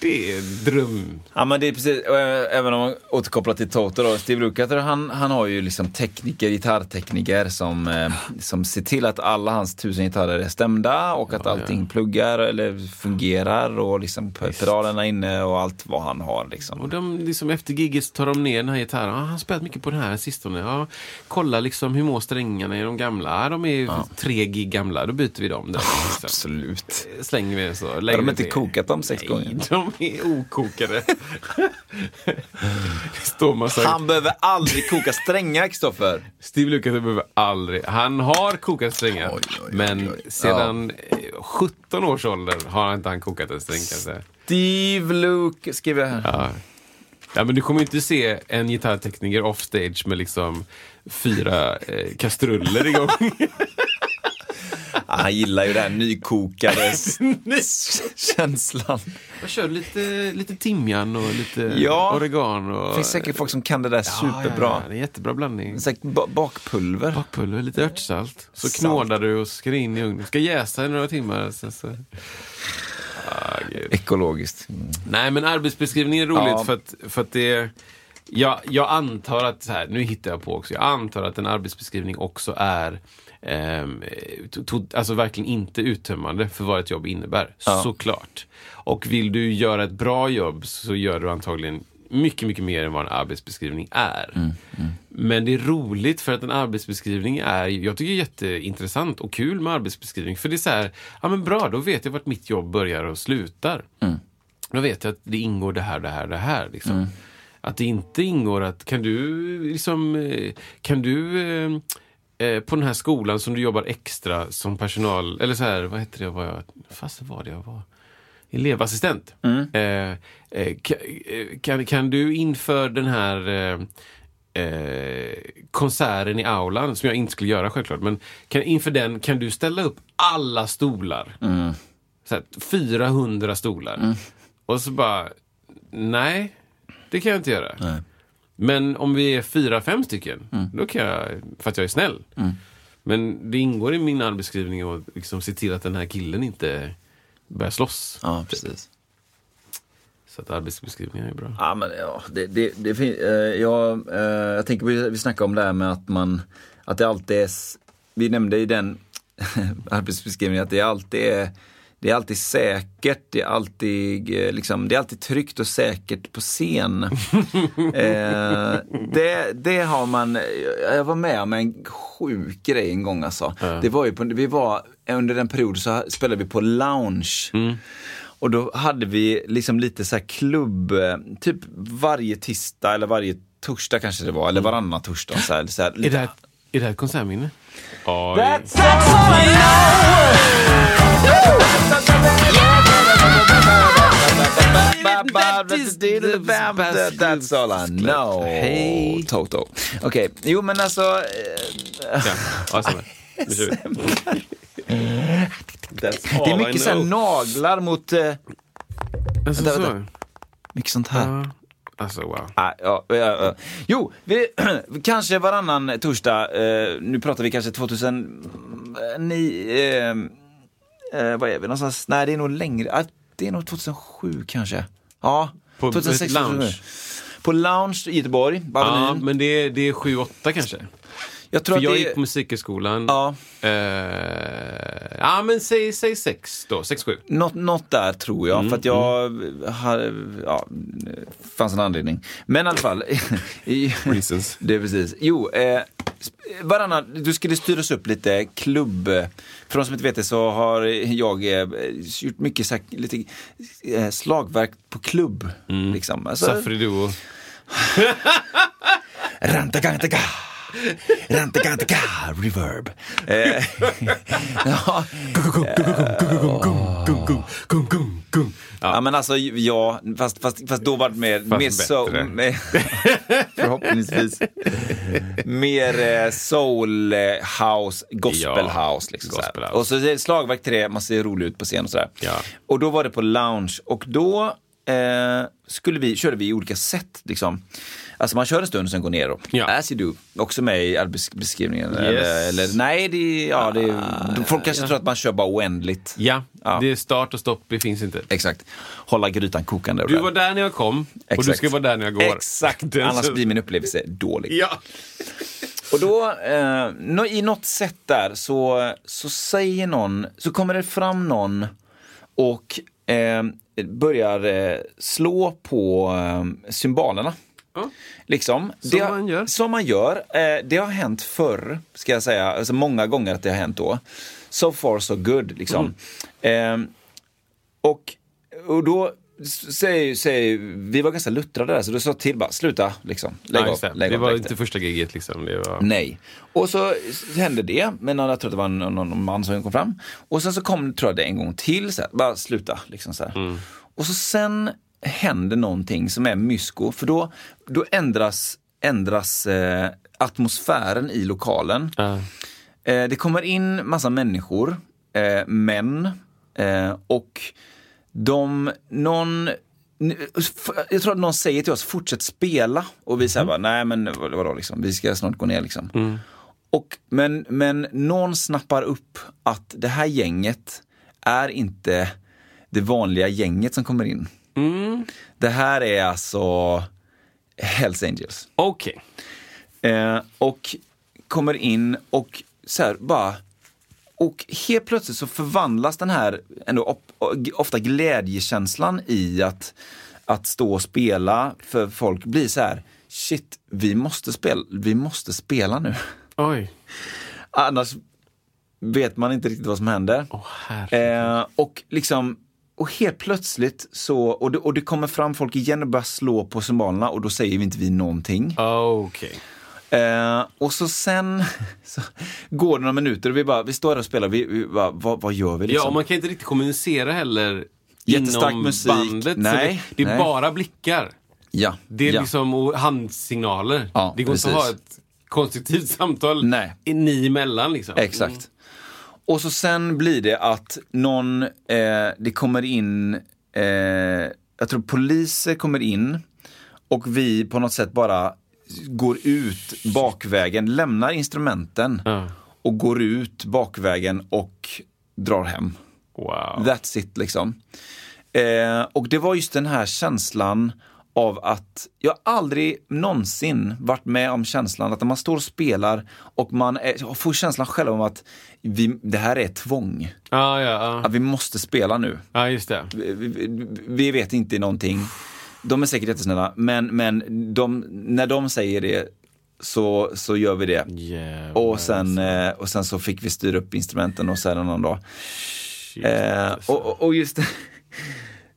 S1: Det är dröm.
S2: Ja men det är precis, och, eh, även om man återkopplar till Toto då, Steve Lukather han, han har ju liksom tekniker, gitarrtekniker som, eh, som ser till att alla hans tusen gitarrer är stämda och att allting pluggar eller fungerar och liksom pe- pedalerna är inne och allt vad han har
S1: Och
S2: liksom.
S1: de, liksom, efter gigget så tar de ner den här gitarren. Ah, han har spelat mycket på den här sistone. Ja, kolla liksom hur mår strängarna i de gamla. Ah, de är ju tre gig gamla. Då byter vi dem. Där,
S2: [LAUGHS]
S1: liksom.
S2: Absolut.
S1: Slänger vi den så.
S2: Har
S1: lägger
S2: de
S1: vi
S2: inte
S1: det.
S2: kokat dem sex
S1: Nej,
S2: gånger?
S1: [LAUGHS] de är okokade. [LAUGHS] det står massa...
S2: Han behöver aldrig koka strängar Kristoffer.
S1: Steve Lucas behöver aldrig... Han har kokat strängar.
S2: Oj, oj, oj, oj.
S1: Men sedan eh, 17 års ålder har inte han kokat en sträng kan jag säga.
S2: Steve Luke skriver jag här.
S1: Ja. Ja, men du kommer ju inte se en gitarrtekniker offstage med liksom fyra eh, kastruller
S2: [LAUGHS]
S1: igång.
S2: Ah, han gillar ju den här nykokade
S1: [LAUGHS]
S2: s-
S1: Nej.
S2: känslan.
S1: Jag kör lite, lite timjan och lite
S2: Ja.
S1: oregano. Och...
S2: Det finns säkert folk som kan det där
S1: Ja,
S2: superbra.
S1: ja, det är en jättebra blandning.
S2: Säkert ba- bakpulver.
S1: Bakpulver, lite örtsalt. Så
S2: Salt.
S1: knådar du och ska det in i ugnen. Ska jäsa i några timmar. Sen så... ah, gud.
S2: Ekologiskt. Mm,
S1: Nej, men arbetsbeskrivningen är roligt
S2: Ja.
S1: för, att, för att det... Jag, jag antar att, så här, nu hittar jag på också, jag antar att en arbetsbeskrivning också är ehm, to, to, alltså verkligen inte uttömmande för vad ett jobb innebär. Såklart. Och vill du göra ett bra jobb så gör du antagligen mycket, mycket mer än vad en arbetsbeskrivning är. Men det är roligt för att en arbetsbeskrivning är, jag tycker det är jätteintressant och kul med arbetsbeskrivning. För det är så här, ja men bra, då vet jag vart mitt jobb börjar och slutar. Då vet jag att det ingår det här, det här, det här. Liksom. Att det inte ingår att, kan du, liksom, eh, kan du eh, eh, på den här skolan som du jobbar extra som personal, eller så här, vad heter det jag var, fast vad var det jag var? Elevassistent. Eh, eh, ka- eh, kan, kan du inför den här eh, eh, konserten i aulan, som jag inte skulle göra självklart, men kan, inför den kan du ställa upp alla stolar? så här, 400 stolar.
S2: Mm.
S1: Och så bara, nej, det kan jag inte göra. Men om vi är fyra, fem stycken,
S2: Mm.
S1: då kan jag, för att jag är snäll. Men det ingår i min arbetsbeskrivning att liksom se till att den här killen inte börjar slåss.
S2: Ja, precis.
S1: Så att arbetsbeskrivningen är bra.
S2: Ja, men ja, det, det, det fin- eh, jag, eh, jag tänker vi, vi snackade om det här med att man, att det alltid är, s- vi nämnde i den [LAUGHS] arbetsbeskrivningen att det alltid är, det är alltid säkert, det är alltid, eh, liksom, det är alltid tryggt och säkert på scen. eh, det, det har man, jag var med om en sjuk grej en gång alltså. Det var ju på, vi var, under en period så spelade vi på lounge.
S1: Mm.
S2: Och då hade vi liksom lite så här klubb, eh, typ varje tisdag eller varje torsdag kanske det var, eller varannan torsdag. Så här, så här,
S1: Mm. Är
S2: lite-
S1: det här, är det här ett konsertminne? Ja.
S2: That's all I know.
S1: Hej.
S2: Toto. Okej, jo men alltså, eh,
S1: Ja, ja samma. Nu kör vi.
S2: det är
S1: all I
S2: mycket så här
S1: know.
S2: naglar mot, eh,
S1: Alltså,
S2: Vänta,
S1: så.
S2: mycket sånt här.
S1: Ja. Alltså wow.
S2: Ah, ja, ja, ja. Jo, vi, [CLEARS THROAT] kanske varannan torsdag, eh, nu pratar vi kanske 2009, eh, eh, vad är vi någonstans? Nej, det är nog längre, ah, det är nog 2007 kanske. Ja,
S1: På ett
S2: 2006,
S1: lounge.
S2: 2007. På Lounge i Göteborg, på
S1: Ja,
S2: Avenyn.
S1: men det är, det är 7-8 kanske.
S2: Jag tror
S1: För
S2: att
S1: jag
S2: det
S1: gick på musikhögskolan.
S2: Ja.
S1: Eh, ja, men säg, säg sex då. Sex, sju.
S2: Något, något där tror
S1: Mm,
S2: jag, för att jag har, ja, fanns en anledning. Men i alla fall. [LAUGHS] i-
S1: Reasons.
S2: [LAUGHS] Det är precis. Jo, eh, sp- varannan, du skulle styras upp lite klubb. För de som inte vet det så har jag eh, gjort mycket så här, lite eh, slagverk på klubb. Liksom. Alltså,
S1: Mm. Safri Duo.
S2: Rantakantaka! Rantakantaka! Reverb. [LAUGHS] Eh, ja,
S1: gung.
S2: Ja. men alltså, ja, fast, fast, fast då var det mer,
S1: Fast
S2: mer soul.
S1: bättre.
S2: [LAUGHS] Mer, förhoppningsvis. mer eh, soul eh, house, gospel
S1: Ja,
S2: house. Liksom,
S1: gospel
S2: såhär.
S1: house.
S2: Och så är det slagverk till det, man ser rolig ut på scen och sådär.
S1: Ja.
S2: Och då var det på lounge och då eh, skulle vi, körde vi i olika set. Liksom. Alltså man kör en stund och sen går ner. Och,
S1: Ja.
S2: As you do, också med i arbetsbeskrivningen. Eller,
S1: Yes. Ah,
S2: eller, nej, det, ja, det, folk kanske tror att man kör bara oändligt.
S1: Ja,
S2: Ja.
S1: det är start och stopp, det finns inte.
S2: Exakt. Hålla grytan kokande.
S1: Du var där när jag kom och du ska vara där när jag går.
S2: Exakt,
S1: Den-
S2: [LAUGHS] annars blir min upplevelse dålig.
S1: Ja.
S2: Och då, eh, nå- i något sätt där, så, så säger någon, så kommer det fram någon och eh, börjar eh, slå på eh, cymbalerna. Liksom.
S1: Som
S2: har-
S1: man gör.
S2: Som man gör. Eh, det har hänt förr, ska jag säga. Alltså många gånger att det har hänt då. So far so good, liksom.
S1: Mm.
S2: Eh, och, och då s- säger, säger, vi var ganska luttrade där, så du sa till bara, sluta, liksom. Lägg
S1: Ja,
S2: av.
S1: just det.
S2: lägg
S1: det
S2: av
S1: var
S2: direkt. Mm.
S1: inte första giget liksom. Det var...
S2: Nej. Och så hände det, men jag tror att det var någon, någon man som kom fram. Och sen så kom tror jag, det en gång till, så här, bara sluta. Liksom, så här. Och så sen händer någonting som är mysko, för då, då ändras, ändras eh, atmosfären i lokalen. Eh, det kommer in massa människor, eh, män, eh, och de, någon n- f- jag tror att någon säger till oss, fortsätt spela. Och vi säger bara, nej men vad- vadå liksom, vi ska snart gå ner liksom. Och, men, men någon snappar upp att det här gänget är inte det vanliga gänget som kommer in. Det här är alltså Hells Angels.
S1: Okej.
S2: Eh, och kommer in och så här bara och helt plötsligt så förvandlas den här ändå op- ofta glädjekänslan i att, att stå och spela för folk blir så här shit, vi måste spela, vi måste spela nu. [LAUGHS]
S1: Oj.
S2: Annars vet man inte riktigt vad som händer. eh, och liksom och helt plötsligt så, och det, och det kommer fram folk igen och börjar slå på cymbalerna och då säger vi inte vi någonting.
S1: Okej.
S2: Eh, och så sen [LAUGHS] så går det några minuter och vi bara, vi står där och spelar, vi, vi bara, vad, vad gör vi liksom?
S1: Ja, och man kan inte riktigt kommunicera heller
S2: Jättestark
S1: inom
S2: musik.
S1: bandet.
S2: Nej,
S1: så det, det är
S2: nej.
S1: bara blickar.
S2: ja,
S1: Det är
S2: ja.
S1: liksom och handsignaler.
S2: Ja,
S1: det går inte att ha
S2: precis.
S1: ett konstruktivt [LAUGHS] samtal
S2: Nej.
S1: i- ni emellan. Liksom.
S2: Exakt. Och så sen blir det att någon, eh, det kommer in, eh, jag tror poliser kommer in och vi på något sätt bara går ut bakvägen, lämnar instrumenten och går ut bakvägen och drar hem.
S1: Wow.
S2: That's it liksom. Eh, och det var just den här känslan av att jag aldrig någonsin varit med om känslan att när man står och spelar och man är, får känslan själv om att vi, det här är ett tvång.
S1: Ja, ja, ja.
S2: Att vi måste spela nu.
S1: ja, just det.
S2: Vi, vi, vi vet inte någonting. De är säkert jättesnälla, men, men de, när de säger det så, så gör vi det.
S1: Jävlar. alltså.
S2: Och sen, eh, och sen så fick vi styra upp instrumenten och sen en annan dag.
S1: Shit,
S2: Eh,
S1: alltså.
S2: och, och- och just [LAUGHS] det,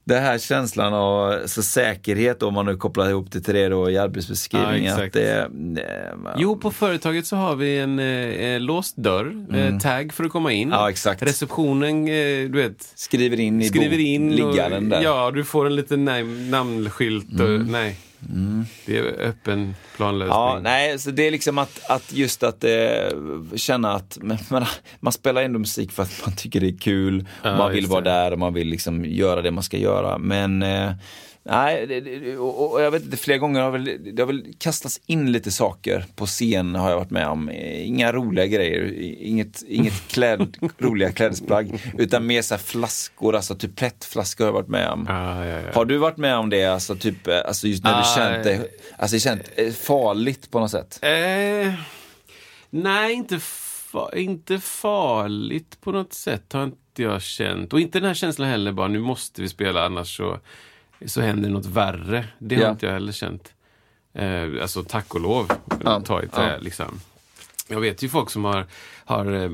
S2: det här känslan av så säkerhet om man nu kopplar ihop det till det då i
S1: Ja,
S2: arbetsbeskrivningen.
S1: exakt.
S2: att det, eh, man-
S1: Jo, på företaget så har vi en eh, eh, låst dörr, eh, tag för att komma in.
S2: Mm. Ja, exakt.
S1: Receptionen, eh, du vet,
S2: skriver in i
S1: skriver
S2: bok-
S1: in. och-
S2: liggaren där. Mm.
S1: Ja, du får en liten nam- namnskylt. Och, Nej. Det är öppen planlösning.
S2: Ja, nej, så det är liksom att, att just att eh, känna att [LAUGHS] men, man, man spelar ändå musik för att man tycker det är kul, man vill
S1: just
S2: vara
S1: det.
S2: där och man vill liksom göra det man ska göra. Men eh, nej, det- det, och, och jag vet inte, flera gånger har väl, det har väl kastats in lite saker på scen har jag varit med om. Eh, Inga roliga grejer, i- inget,
S1: [LAUGHS]
S2: inget kläd, roliga klädesplagg, utan mer så här flaskor, alltså typ plättflaskor har jag varit med om.
S1: Ja, ja, ja.
S2: Eh. Har du varit med om det, alltså, typ, eh, alltså just när du
S1: Ah,
S2: känt dig alltså, känt eh, farligt på något sätt?
S1: Eh, nej, inte, fa- inte farligt på något sätt har inte jag känt. Och inte den här känslan heller bara, nu måste vi spela annars så, så händer något värre. Det har
S2: Ja.
S1: inte jag heller känt. Eh, alltså tack och lov, ta i trä liksom. Jag vet ju folk som har, har eh,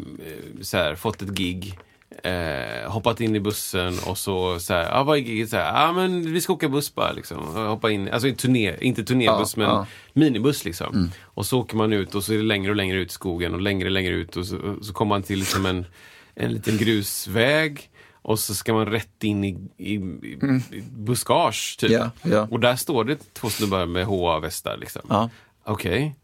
S1: så här, fått ett gig, eh, hoppat in i bussen och så, så här, ah, vad är giget? Så här, ah, men vi ska åka buss bara. Liksom. Och Hoppa in, alltså i turné, inte turnébuss men minibuss liksom.
S2: Mm.
S1: Och så åker man ut och så är det längre och längre ut i skogen och längre och längre ut och så, så kommer man till liksom en, en liten grusväg. Och så ska man rätt in i, i, i i buskage, typ.
S2: Mm. Ja, ja.
S1: Och där står det två snubbar med HA-västar. Liksom.
S2: Ja. Mm.
S1: Okej.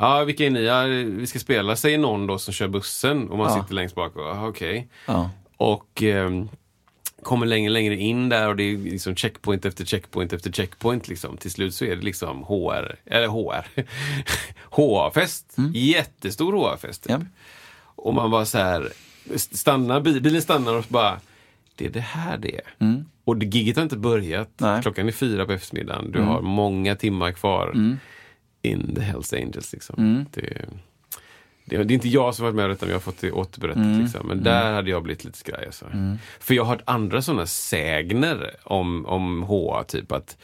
S1: Ja, vilka är ni? Ja, vi ska spela, säger någon då som kör bussen. Och man sitter längst bak och, "Aha, okej.
S2: Ja.
S1: Och ehm, kommer längre längre in där och det är liksom checkpoint efter checkpoint efter checkpoint. Liksom. Till slut så är det liksom HR, eller HR, [LAUGHS] HA-fest.
S2: Mm.
S1: Jättestor HA-fest. Typ.
S2: Ja.
S1: Och man bara så här, stannar, bi- bilen stannar och bara, det är det här det är. Och det gigget har inte börjat.
S2: Nej.
S1: Klockan är fyra på eftermiddagen. Du har många timmar kvar. In the Hells Angels liksom. Det, det, det är inte jag som varit med om detta, men jag har fått det återberättat. Liksom. Men där hade jag blivit lite skraj. Alltså. För jag har hört andra sådana sägner om, om HA, typ att,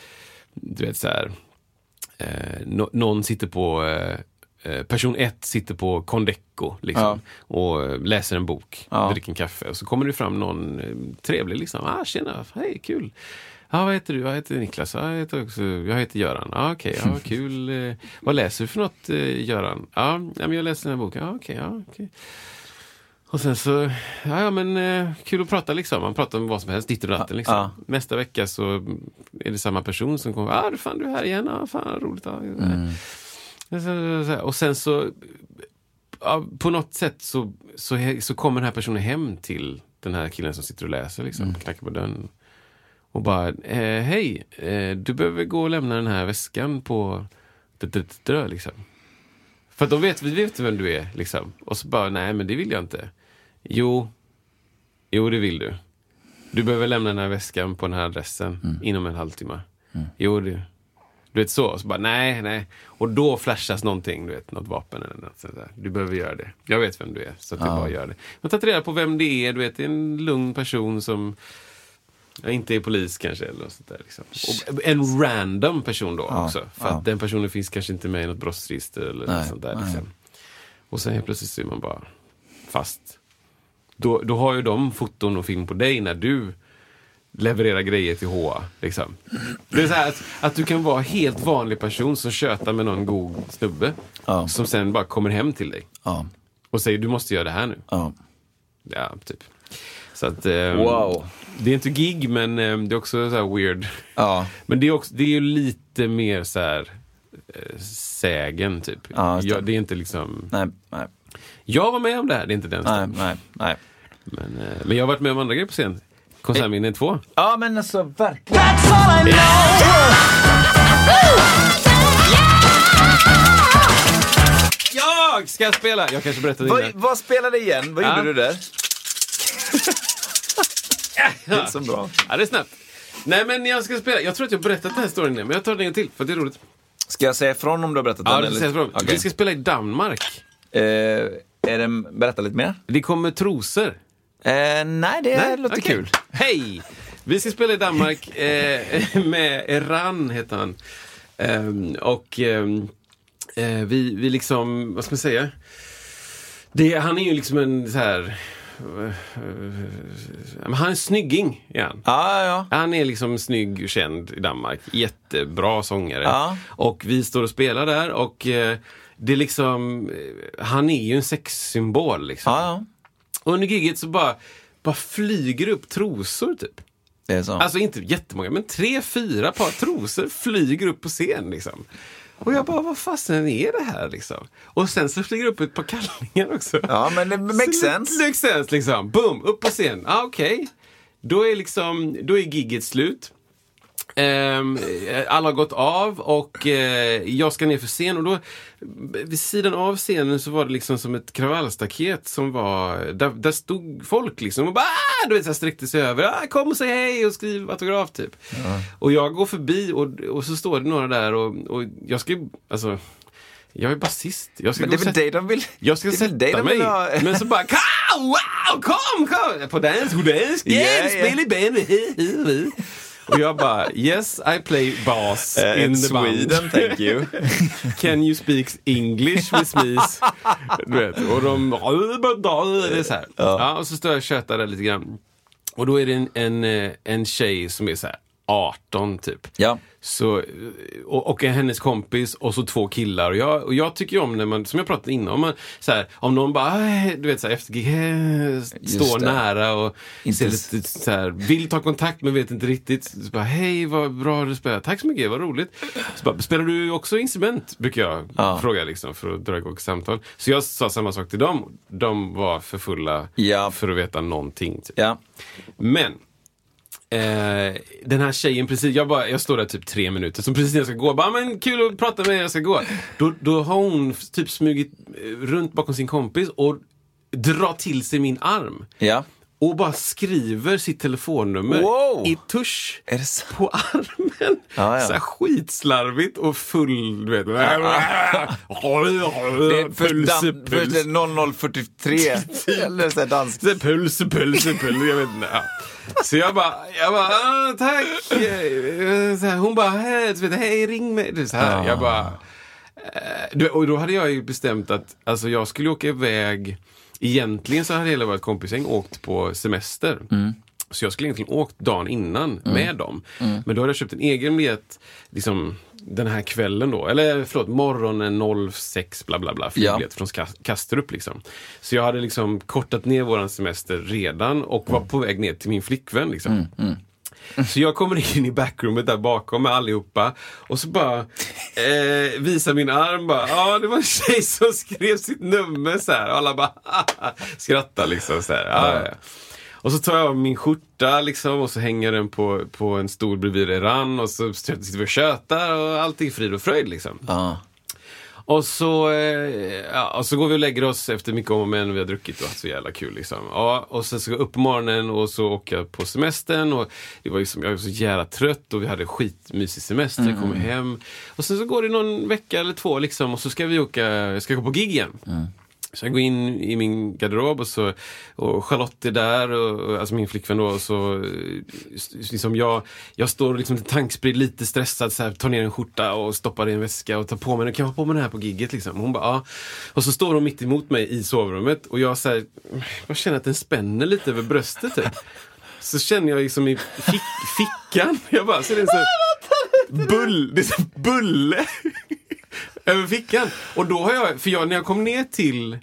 S1: du vet så här, eh, nå- någon sitter på, eh, eh, person ett sitter på Condeco liksom, och eh, läser en bok, dricker en kaffe. Och så kommer det fram någon eh, trevlig liksom, ah tjena, hej kul. Ja, vad heter du? Jag heter Niklas. Ja, jag, heter också, jag heter Göran. Ja, okej, ja, vad kul. Eh, Vad läser du för något, eh, Göran? Ja, ja, men jag läser den här boken. Ja, okej, ja, okej. Och sen så, ja, ja men eh, kul att prata liksom. Man pratar om vad som helst, ditt och datten liksom.
S2: Ja.
S1: Nästa vecka så är det samma person som kommer. Ja, ah, fan du är här igen. Ja, fan roligt. Ah, Ja. Och så- så- så- Och sen så, ja, på något sätt så, så, he- så kommer den här personen hem till den här killen som sitter och läser liksom. Knackar på dörren. Och bara, eh, hej, eh, du behöver gå och lämna den här väskan på d- d- d- dö, liksom. För att de vet, vi vet vem du är liksom. Och så bara, nej men det vill jag inte. Jo, jo det vill du. Du behöver lämna den här väskan på den här adressen inom en halvtimme. Jo, det, du vet så. Så bara, nej, nej. Och då flashas någonting, du vet, något vapen eller något sånt där. Du behöver göra det. Jag vet vem du är, så att jag bara gör det. Man tar inte reda på vem det är, du vet, det är en lugn person som ja, inte är polis kanske eller något sånt där. Liksom. Och en random person då också. För att den personen finns kanske inte med i något brottsregister eller något sånt där. Liksom. Och sen helt plötsligt så är man bara fast. Då, då har ju de foton och film på dig när du leverera grejer till HA. Liksom. Det är så här att, att du kan vara helt vanlig person som tjötar med någon god snubbe. Som sen bara kommer hem till dig
S2: Ja.
S1: och säger du måste göra det här nu.
S2: Ja.
S1: Ja, typ. Så att, ehm,
S2: Wow.
S1: Det är inte gig men ehm, det är också så här weird.
S2: Ja.
S1: [LAUGHS] Men det är, också, det är ju lite mer så här eh, sägen typ.
S2: Ja, just det.
S1: Jag, det är inte liksom,
S2: Nej, nej,
S1: jag var med om det här, det är inte den
S2: nej,
S1: stämningen.
S2: nej, nej.
S1: men, eh, men jag har varit med om andra grejer på scen. Konsertminnen 2.
S2: Ja, men alltså verkligen.
S1: Jag ska spela! Jag kanske berättade
S2: Vad,
S1: innan.
S2: vad spelade igen? Vad
S1: Ja.
S2: gjorde du [LAUGHS] där? det är så bra.
S1: Ja, det är snabbt. Nej, men jag ska spela. Jag tror att jag har berättat den här storyn innan, men jag tar den en gång till för att det är roligt.
S2: Ska jag säga ifrån om du har berättat
S1: Ja,
S2: den?
S1: det sägs bra.
S2: Okej.
S1: Vi ska spela i Danmark.
S2: Eh, är det, berätta lite mer.
S1: Det kommer trosor.
S2: Eh, nej, det låter
S1: okej.
S2: kul.
S1: Hej! Vi ska spela i Danmark eh, [LAUGHS] med Eran, heter han. Ehm, och ehm, eh, vi, vi liksom, vad ska man säga? Det, han är ju liksom en så här... eh, eh, men han är en snygging, är han.
S2: Ja, ja,
S1: Han är liksom snygg och känd i Danmark. Jättebra sångare.
S2: Ja.
S1: Och vi står och spelar där och eh, det är liksom, eh, han är ju en sexsymbol liksom.
S2: ja, ja.
S1: Och under giget så bara, bara flyger upp trosor typ.
S2: Det är så.
S1: Alltså inte jättemånga, men tre, fyra par trosor flyger upp på scen liksom. Och jag bara, vad fasen är det här liksom? Och sen så flyger det upp ett par kallningar också.
S2: Ja, men det makes
S1: Så det-
S2: sense.
S1: Makes sense liksom. Boom, upp på scen. Ah, Okej, då är liksom, då är gigget slut. Ehm, alla har gått av och eh, jag ska ner för scen och då vid sidan av scenen så var det liksom som ett kravallstaket som var, där, där stod folk liksom och bara "Ah!" du vet, så här sträckte sig över, ah, kom och säg hej och skriv autograf typ. Och jag går förbi och, och så står det några där och, och jag ska ju- alltså jag är basist. Jag ska
S2: Men
S1: gå
S2: det
S1: och
S2: är väl
S1: sätta-
S2: dig de vill...
S1: jag ska
S2: det är väl dig
S1: sätta mig.
S2: vill ha-
S1: Men så bara "Kom, wow, kom, kom! På dans, på dans, yeah,
S2: Yeah, yeah.
S1: spela i band, hi, hi, hi. Och jag bara, yes I play bass
S2: Eh,
S1: in the
S2: Sweden,
S1: band.
S2: thank you.
S1: [LAUGHS] Can you speak English with
S2: [LAUGHS]
S1: me? Du vet, och de... Det är så här. Ja. och så står jag och tjötar där lite grann. Och då är det en, en, eh, en tjej som är så här 18 typ.
S2: Ja.
S1: Så, och, och hennes kompis och så två killar. Och jag, och jag tycker ju om när man, som jag pratade innan, om, man, så här, om någon bara, "Aj", du vet så här, efter gig, "Eh", står
S2: det.
S1: nära och
S2: Inte
S1: ser
S2: s-
S1: lite, så här, vill ta kontakt men vet inte riktigt. Så bara, hej vad bra du spelar, tack så mycket, vad roligt. Så bara, spelar du också instrument? Brukar jag
S2: Ja.
S1: fråga liksom, för att dra igång samtal. Så jag sa samma sak till dem. De var för fulla
S2: Ja.
S1: för att veta någonting. Typ.
S2: Ja.
S1: Men eh, den här tjejen, precis, jag, bara, jag står där typ tre minuter, som precis när jag ska gå, bara, "Ah, men kul att prata med er, jag ska gå. Då, då har hon typ smugit eh, runt bakom sin kompis och drar till sig min arm.
S2: Ja.
S1: Och bara skriver sitt telefonnummer
S2: Wow!
S1: i tusch
S2: Är det sant?
S1: på armen.
S2: Ja, ja.
S1: Så här skitslarvigt och full, du
S2: [LAUGHS]
S1: vet.
S2: Det är för
S1: Puls,
S2: dam-
S1: puls.
S2: för 0043. Eller så här
S1: [LAUGHS]
S2: dans.
S1: Så puls, puls, puls. Jag vet inte. Ja. Så jag bara, jag bara "Ah, tack. Eh, Så här, hon bara, hej, du vet, hej ring mig. Du vet, Så här. Jag bara, eh, du vet, och då hade jag ju bestämt att alltså, jag skulle åka iväg. Egentligen så hade hela vårt kompisgäng åkt på semester. Så jag skulle egentligen åkt dagen innan med dem. Men då hade jag köpt en egen biljett liksom, den här kvällen då. Eller förlåt, morgonen 06 bla bla bla. Flygbiljett från
S2: Ja.
S1: Kas- Kastrup. Liksom. Så jag hade liksom kortat ner våran semester redan och var på väg ner till min flickvän. Liksom. [LAUGHS] Så jag kommer in i backroomet där bakom med allihopa och så bara eh, visar min arm bara, ja det var en tjej som skrev sitt nummer så här. Och alla bara [LAUGHS] skrattar liksom så här. Ja, ja. Och så tar jag av min skjorta liksom och så hänger den på, på en stol bredvid Eran och så sitter vi och tjötar och allt är frid och fröjd liksom.
S2: Ja.
S1: Och så, eh, ja, och så går vi och lägger oss efter mycket om och men. Vi har druckit och haft så jävla kul. Liksom. Ja, och sen så går jag upp på morgonen och så åker jag på semestern. Och det var liksom, jag var så jävla trött och vi hade en skitmysig semester. Jag kommer hem. Och sen så går det någon vecka eller två liksom, och så ska vi åka, jag ska gå på gig igen. Så jag går in i min garderob och, så, och Charlotte är där, och, och, alltså min flickvän då. Och så, eh, s- liksom jag, jag står liksom lite tankspridd, lite stressad, så här, tar ner en skjorta och stoppar i en väska och tar på mig den. Kan jag ha på mig den här på gigget? Liksom? Och Hon bara, ja. Och så står hon mitt emot mig i sovrummet och jag, så här, jag känner att den spänner lite över bröstet. Typ. Så känner jag liksom i fick, fickan, jag bara, så är det en sån bull, det är så bulle över fickan. Och då har jag, för jag, när jag kom ner till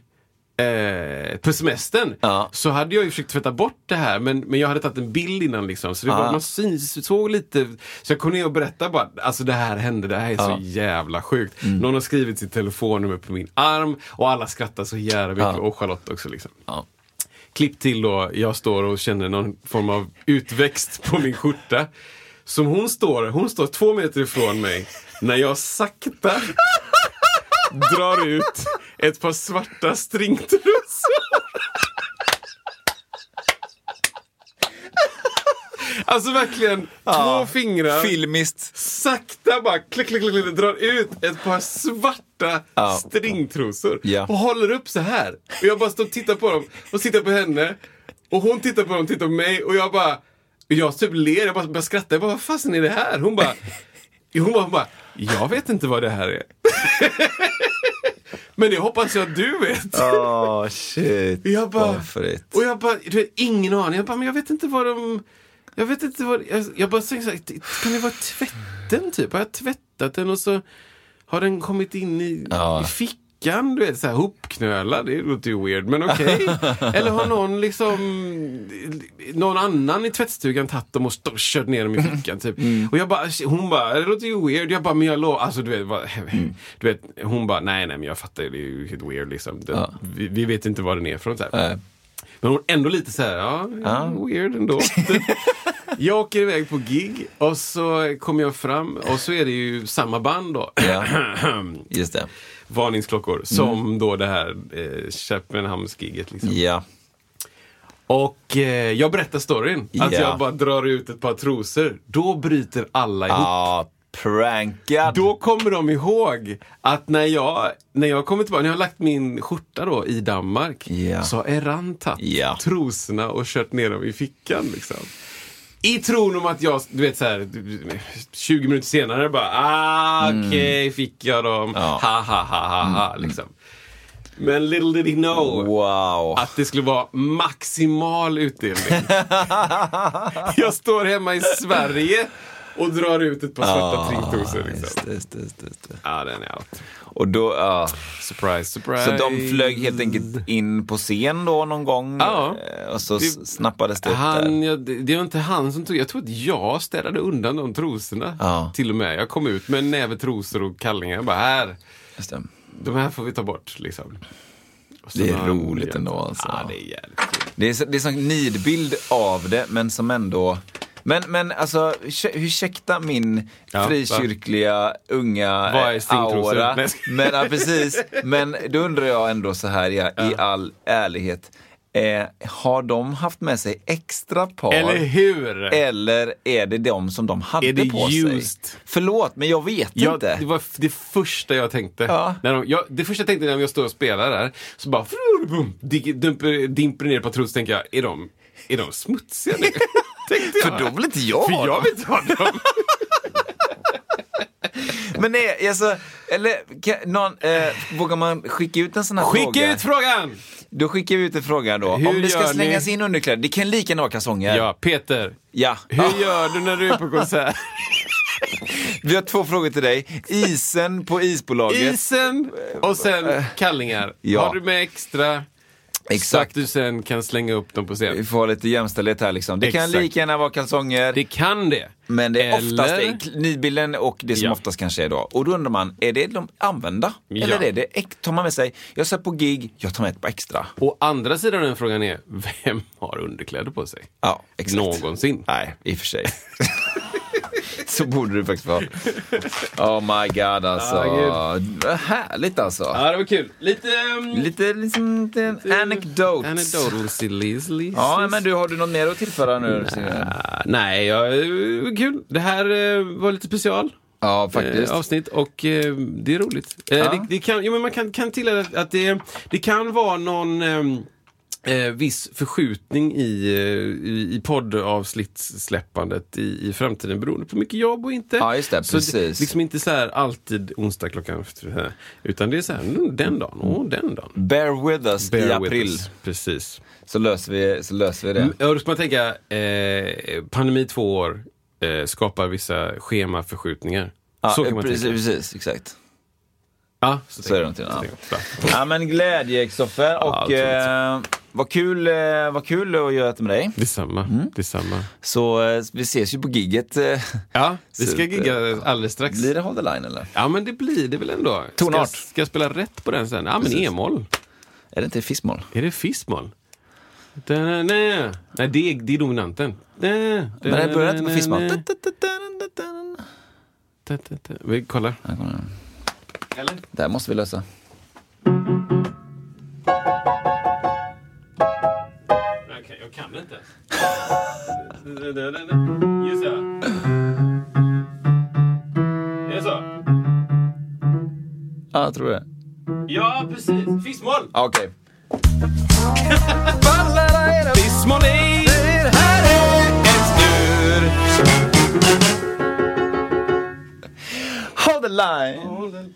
S1: eh, på semestern
S2: Ja.
S1: så hade jag ju försökt tvätta bort det här men, men jag hade tagit en bild innan liksom så det var, man syns, såg lite. Så jag kom ner och berättade bara, alltså det här hände, det här är så jävla sjukt.
S2: Mm.
S1: Någon har skrivit sitt telefonnummer på min arm och alla skrattar så jävla mycket och Charlotte också liksom.
S2: Ja.
S1: Klipp till då, jag står och känner någon form av utväxt på min skjorta. Som hon står, hon står två meter ifrån mig när jag sakta drar ut ett par svarta stringtrosor. Alltså verkligen, två fingrar
S2: Filmiskt.
S1: sakta bara klick, klick, klick, klick, drar ut ett par svarta
S2: Ja.
S1: stringtrosor
S2: Ja.
S1: och håller upp så här. Och jag bara står och tittar på dem och tittar på henne och hon tittar på dem och tittar på mig och jag bara, jag typ ler, jag bara börjar skratta. Jag bara, vad fasen är det här? Hon bara, [LAUGHS] hon bara, hon bara jag vet inte vad det här är. [LAUGHS] Men det hoppas jag att du vet.
S2: Åh, shit.
S1: Jag bara,
S2: Vad fräckt.
S1: och jag bara, du vet, ingen aning. Jag bara, men jag vet inte vad de... Jag vet inte vad... Jag, jag bara säger så här, kan det vara tvätten typ? Har jag tvättat den och så har den kommit in i, i fickan? Du vet, så här hopknölad. Det låter ju weird, men okej. Eller har någon liksom... Någon annan i tvättstugan tagit dem och stå- kört ner dem i fickan typ. Och jag bara, hon bara, det låter ju weird. Jag bara, men jag lovar. Alltså du vet, vad, du vet, hon bara, nej nej men jag fattar, det är ju helt weird liksom. Den, vi, vi vet inte var den är från. Så här.
S2: Nej.
S1: Men hon ändå lite så här, ja, weird
S2: [LAUGHS]
S1: ändå. jag åker iväg på gig och så kommer jag fram och så är det ju samma band då.
S2: Just det.
S1: [CLEARS THROAT] Varningsklockor.
S2: Mm.
S1: Som då det här eh, Köpenhamnsgiget liksom.
S2: Ja.
S1: Och eh, jag berättar storyn. Att
S2: Ja.
S1: jag bara drar ut ett par trosor. Då bryter alla ihop.
S2: Ja, prankad.
S1: Då kommer de ihåg att när jag, när jag kommer tillbaka, när jag har lagt min skjorta då i Danmark,
S2: Ja.
S1: så har Eran tagit
S2: Ja.
S1: trosorna och kört ner dem i fickan. Liksom. I tron om att jag, du vet så här, 20 minuter senare bara, ah, okej, fick jag dem,
S2: Mm. Ja. Mm.
S1: ha, ha, ha, ha, ha, liksom. Men little did he know
S2: Wow.
S1: att det skulle vara
S2: [LAUGHS]
S1: maximal utdelning. Jag står hemma i Sverige och drar ut ett par svarta trinkdoser.
S2: Ah, Just
S1: Liksom.
S2: det, just det, just det, just det.
S1: Ja, den är out.
S2: Och då, ja.
S1: Surprise, surprise.
S2: Så de flög helt enkelt in på scen då någon gång
S1: Ja.
S2: eh, och så
S1: Vi-
S2: s- snappades det upp där.
S1: Han, jag, det det var inte han som tog, jag tror att jag städade undan de trosorna.
S2: Ja.
S1: Till och med. Jag kom ut med en näve trosor och kallingar. Jag bara, här,
S2: Just det.
S1: de här får vi ta bort liksom. Och så
S2: Det är
S1: har han-
S2: roligt ändå, alltså.
S1: Ja, det är jävligt kul.
S2: Det är, så- det är sån nidbild av det, men som ändå... Men, men alltså, ursäk- ursäkta min
S1: va?
S2: frikyrkliga unga
S1: Vad är
S2: eh,
S1: stringtrosor?
S2: aura.
S1: Nej, jag ska-
S2: Men, ja, precis. men då undrar jag ändå så här ja, i all ärlighet. Eh, har de haft med sig extra par?
S1: Eller hur?
S2: Eller är det de som de hade
S1: Är det
S2: på
S1: used?
S2: sig? Förlåt, men jag vet
S1: Jag,
S2: inte.
S1: det var f- det första jag tänkte.
S2: Ja.
S1: När de, jag, det första jag tänkte när jag står och spelar där, så bara frurubum, dik- dumper- dimper ner på trosor, tänker jag, är de, är de smutsiga nu? [LAUGHS] tänkte jag.
S2: För då vill inte jag
S1: För
S2: ha
S1: jag
S2: dem.
S1: vill inte ha dem.
S2: Men nej, alltså, eller kan, någon, eh, vågar man skicka ut en sån här fråga?
S1: Skicka ut frågan!
S2: Då skickar vi ut en fråga då.
S1: Hur
S2: Om det ska
S1: gör ni?
S2: slängas in underkläder, det kan lika gärna vara kalsonger.
S1: Ja, Peter.
S2: Ja.
S1: Hur gör du när du är på
S2: [LAUGHS]
S1: konsert?
S2: Vi har två frågor till dig. Isen på isbolaget.
S1: Isen och sen kallingar.
S2: Eh, Ja.
S1: Har du med extra? Så att
S2: Exakt.
S1: du sen kan slänga upp dem på
S2: Vi
S1: scen.
S2: får ha lite jämställdhet här liksom. Det kan
S1: Exakt.
S2: lika gärna vara kalsonger.
S1: Det kan det.
S2: Men det är oftast
S1: Eller-
S2: det, nidbilden och det som
S1: Ja.
S2: oftast kanske är då. Och då undrar man, är det de använda?
S1: Ja.
S2: Eller är det, ex- tar man med sig, jag ser på gig, jag tar med ett par extra.
S1: Å andra sidan av den frågan är, vem har underkläder på sig?
S2: Ja, exakt.
S1: Någonsin.
S2: Nej, i och för sig. [LAUGHS] Så borde det faktiskt vara. Oh my god alltså.
S1: Ah,
S2: Vad Härligt alltså.
S1: Ja, det var kul. Lite... ehm,
S2: Lite liksom, lite anecdotes.
S1: Anecdotal sillies.
S2: Ja, men du, har du något mer att tillföra nu? Simon?
S1: nej, ja, eh, kul. Det här eh, var lite special.
S2: Ja,
S1: eh,
S2: faktiskt.
S1: avsnitt och eh, det är roligt. Eh,
S2: Ja.
S1: det, det kan, jo, men man kan, kan tillägga att- att det, det kan vara någon ehm, eh, viss förskjutning i, eh, i, i poddavsnittssläppandet i, i framtiden beroende på hur mycket jobb och inte.
S2: Ja, just det,
S1: så
S2: precis.
S1: liksom inte så här alltid onsdag klockan efter, utan det är så här mm, den dagen och den dagen.
S2: Bear with us i
S1: Bear with
S2: april,
S1: us. Precis.
S2: så löser vi, så löser vi det.
S1: Mm, Och då ska man tänka, eh, pandemi två år eh, skapar vissa schemaförskjutningar.
S2: Ja,
S1: så kan man
S2: precis,
S1: tänka.
S2: precis, exakt.
S1: Ja, så,
S2: Så är det
S1: tänker man.
S2: någonting, ja.
S1: Så tänker man. Bra.
S2: Ja, men glädje, Kristoffer. Och
S1: otroligt.
S2: eh, vad, kul, eh, vad kul att göra det med dig.
S1: Detsamma.
S2: Mm.
S1: Detsamma.
S2: Så eh, vi ses ju på gigget. Eh,
S1: Ja, vi ska
S2: Super.
S1: gigga alldeles strax.
S2: Blir det Hold the Line eller?
S1: Ja, men det blir det väl ändå.
S2: Tonart.
S1: Ska, ska jag spela rätt på den sen? Ja, men
S2: Precis.
S1: e-moll.
S2: Är det inte Fismål?
S1: Är det fis-moll? Da-na-na. Nej, det är, det är dominanten. Men
S2: Men det börjar inte på Fismål.
S1: Vi kollar.
S2: Det här måste vi lösa.
S1: Jag kan inte. Just det. Är det så?
S2: Ja, jag tror det.
S1: Ja, precis. Fis-moll!
S2: Ja, [LAUGHS] Okej.
S1: Fis-moll är...
S2: Hold the line!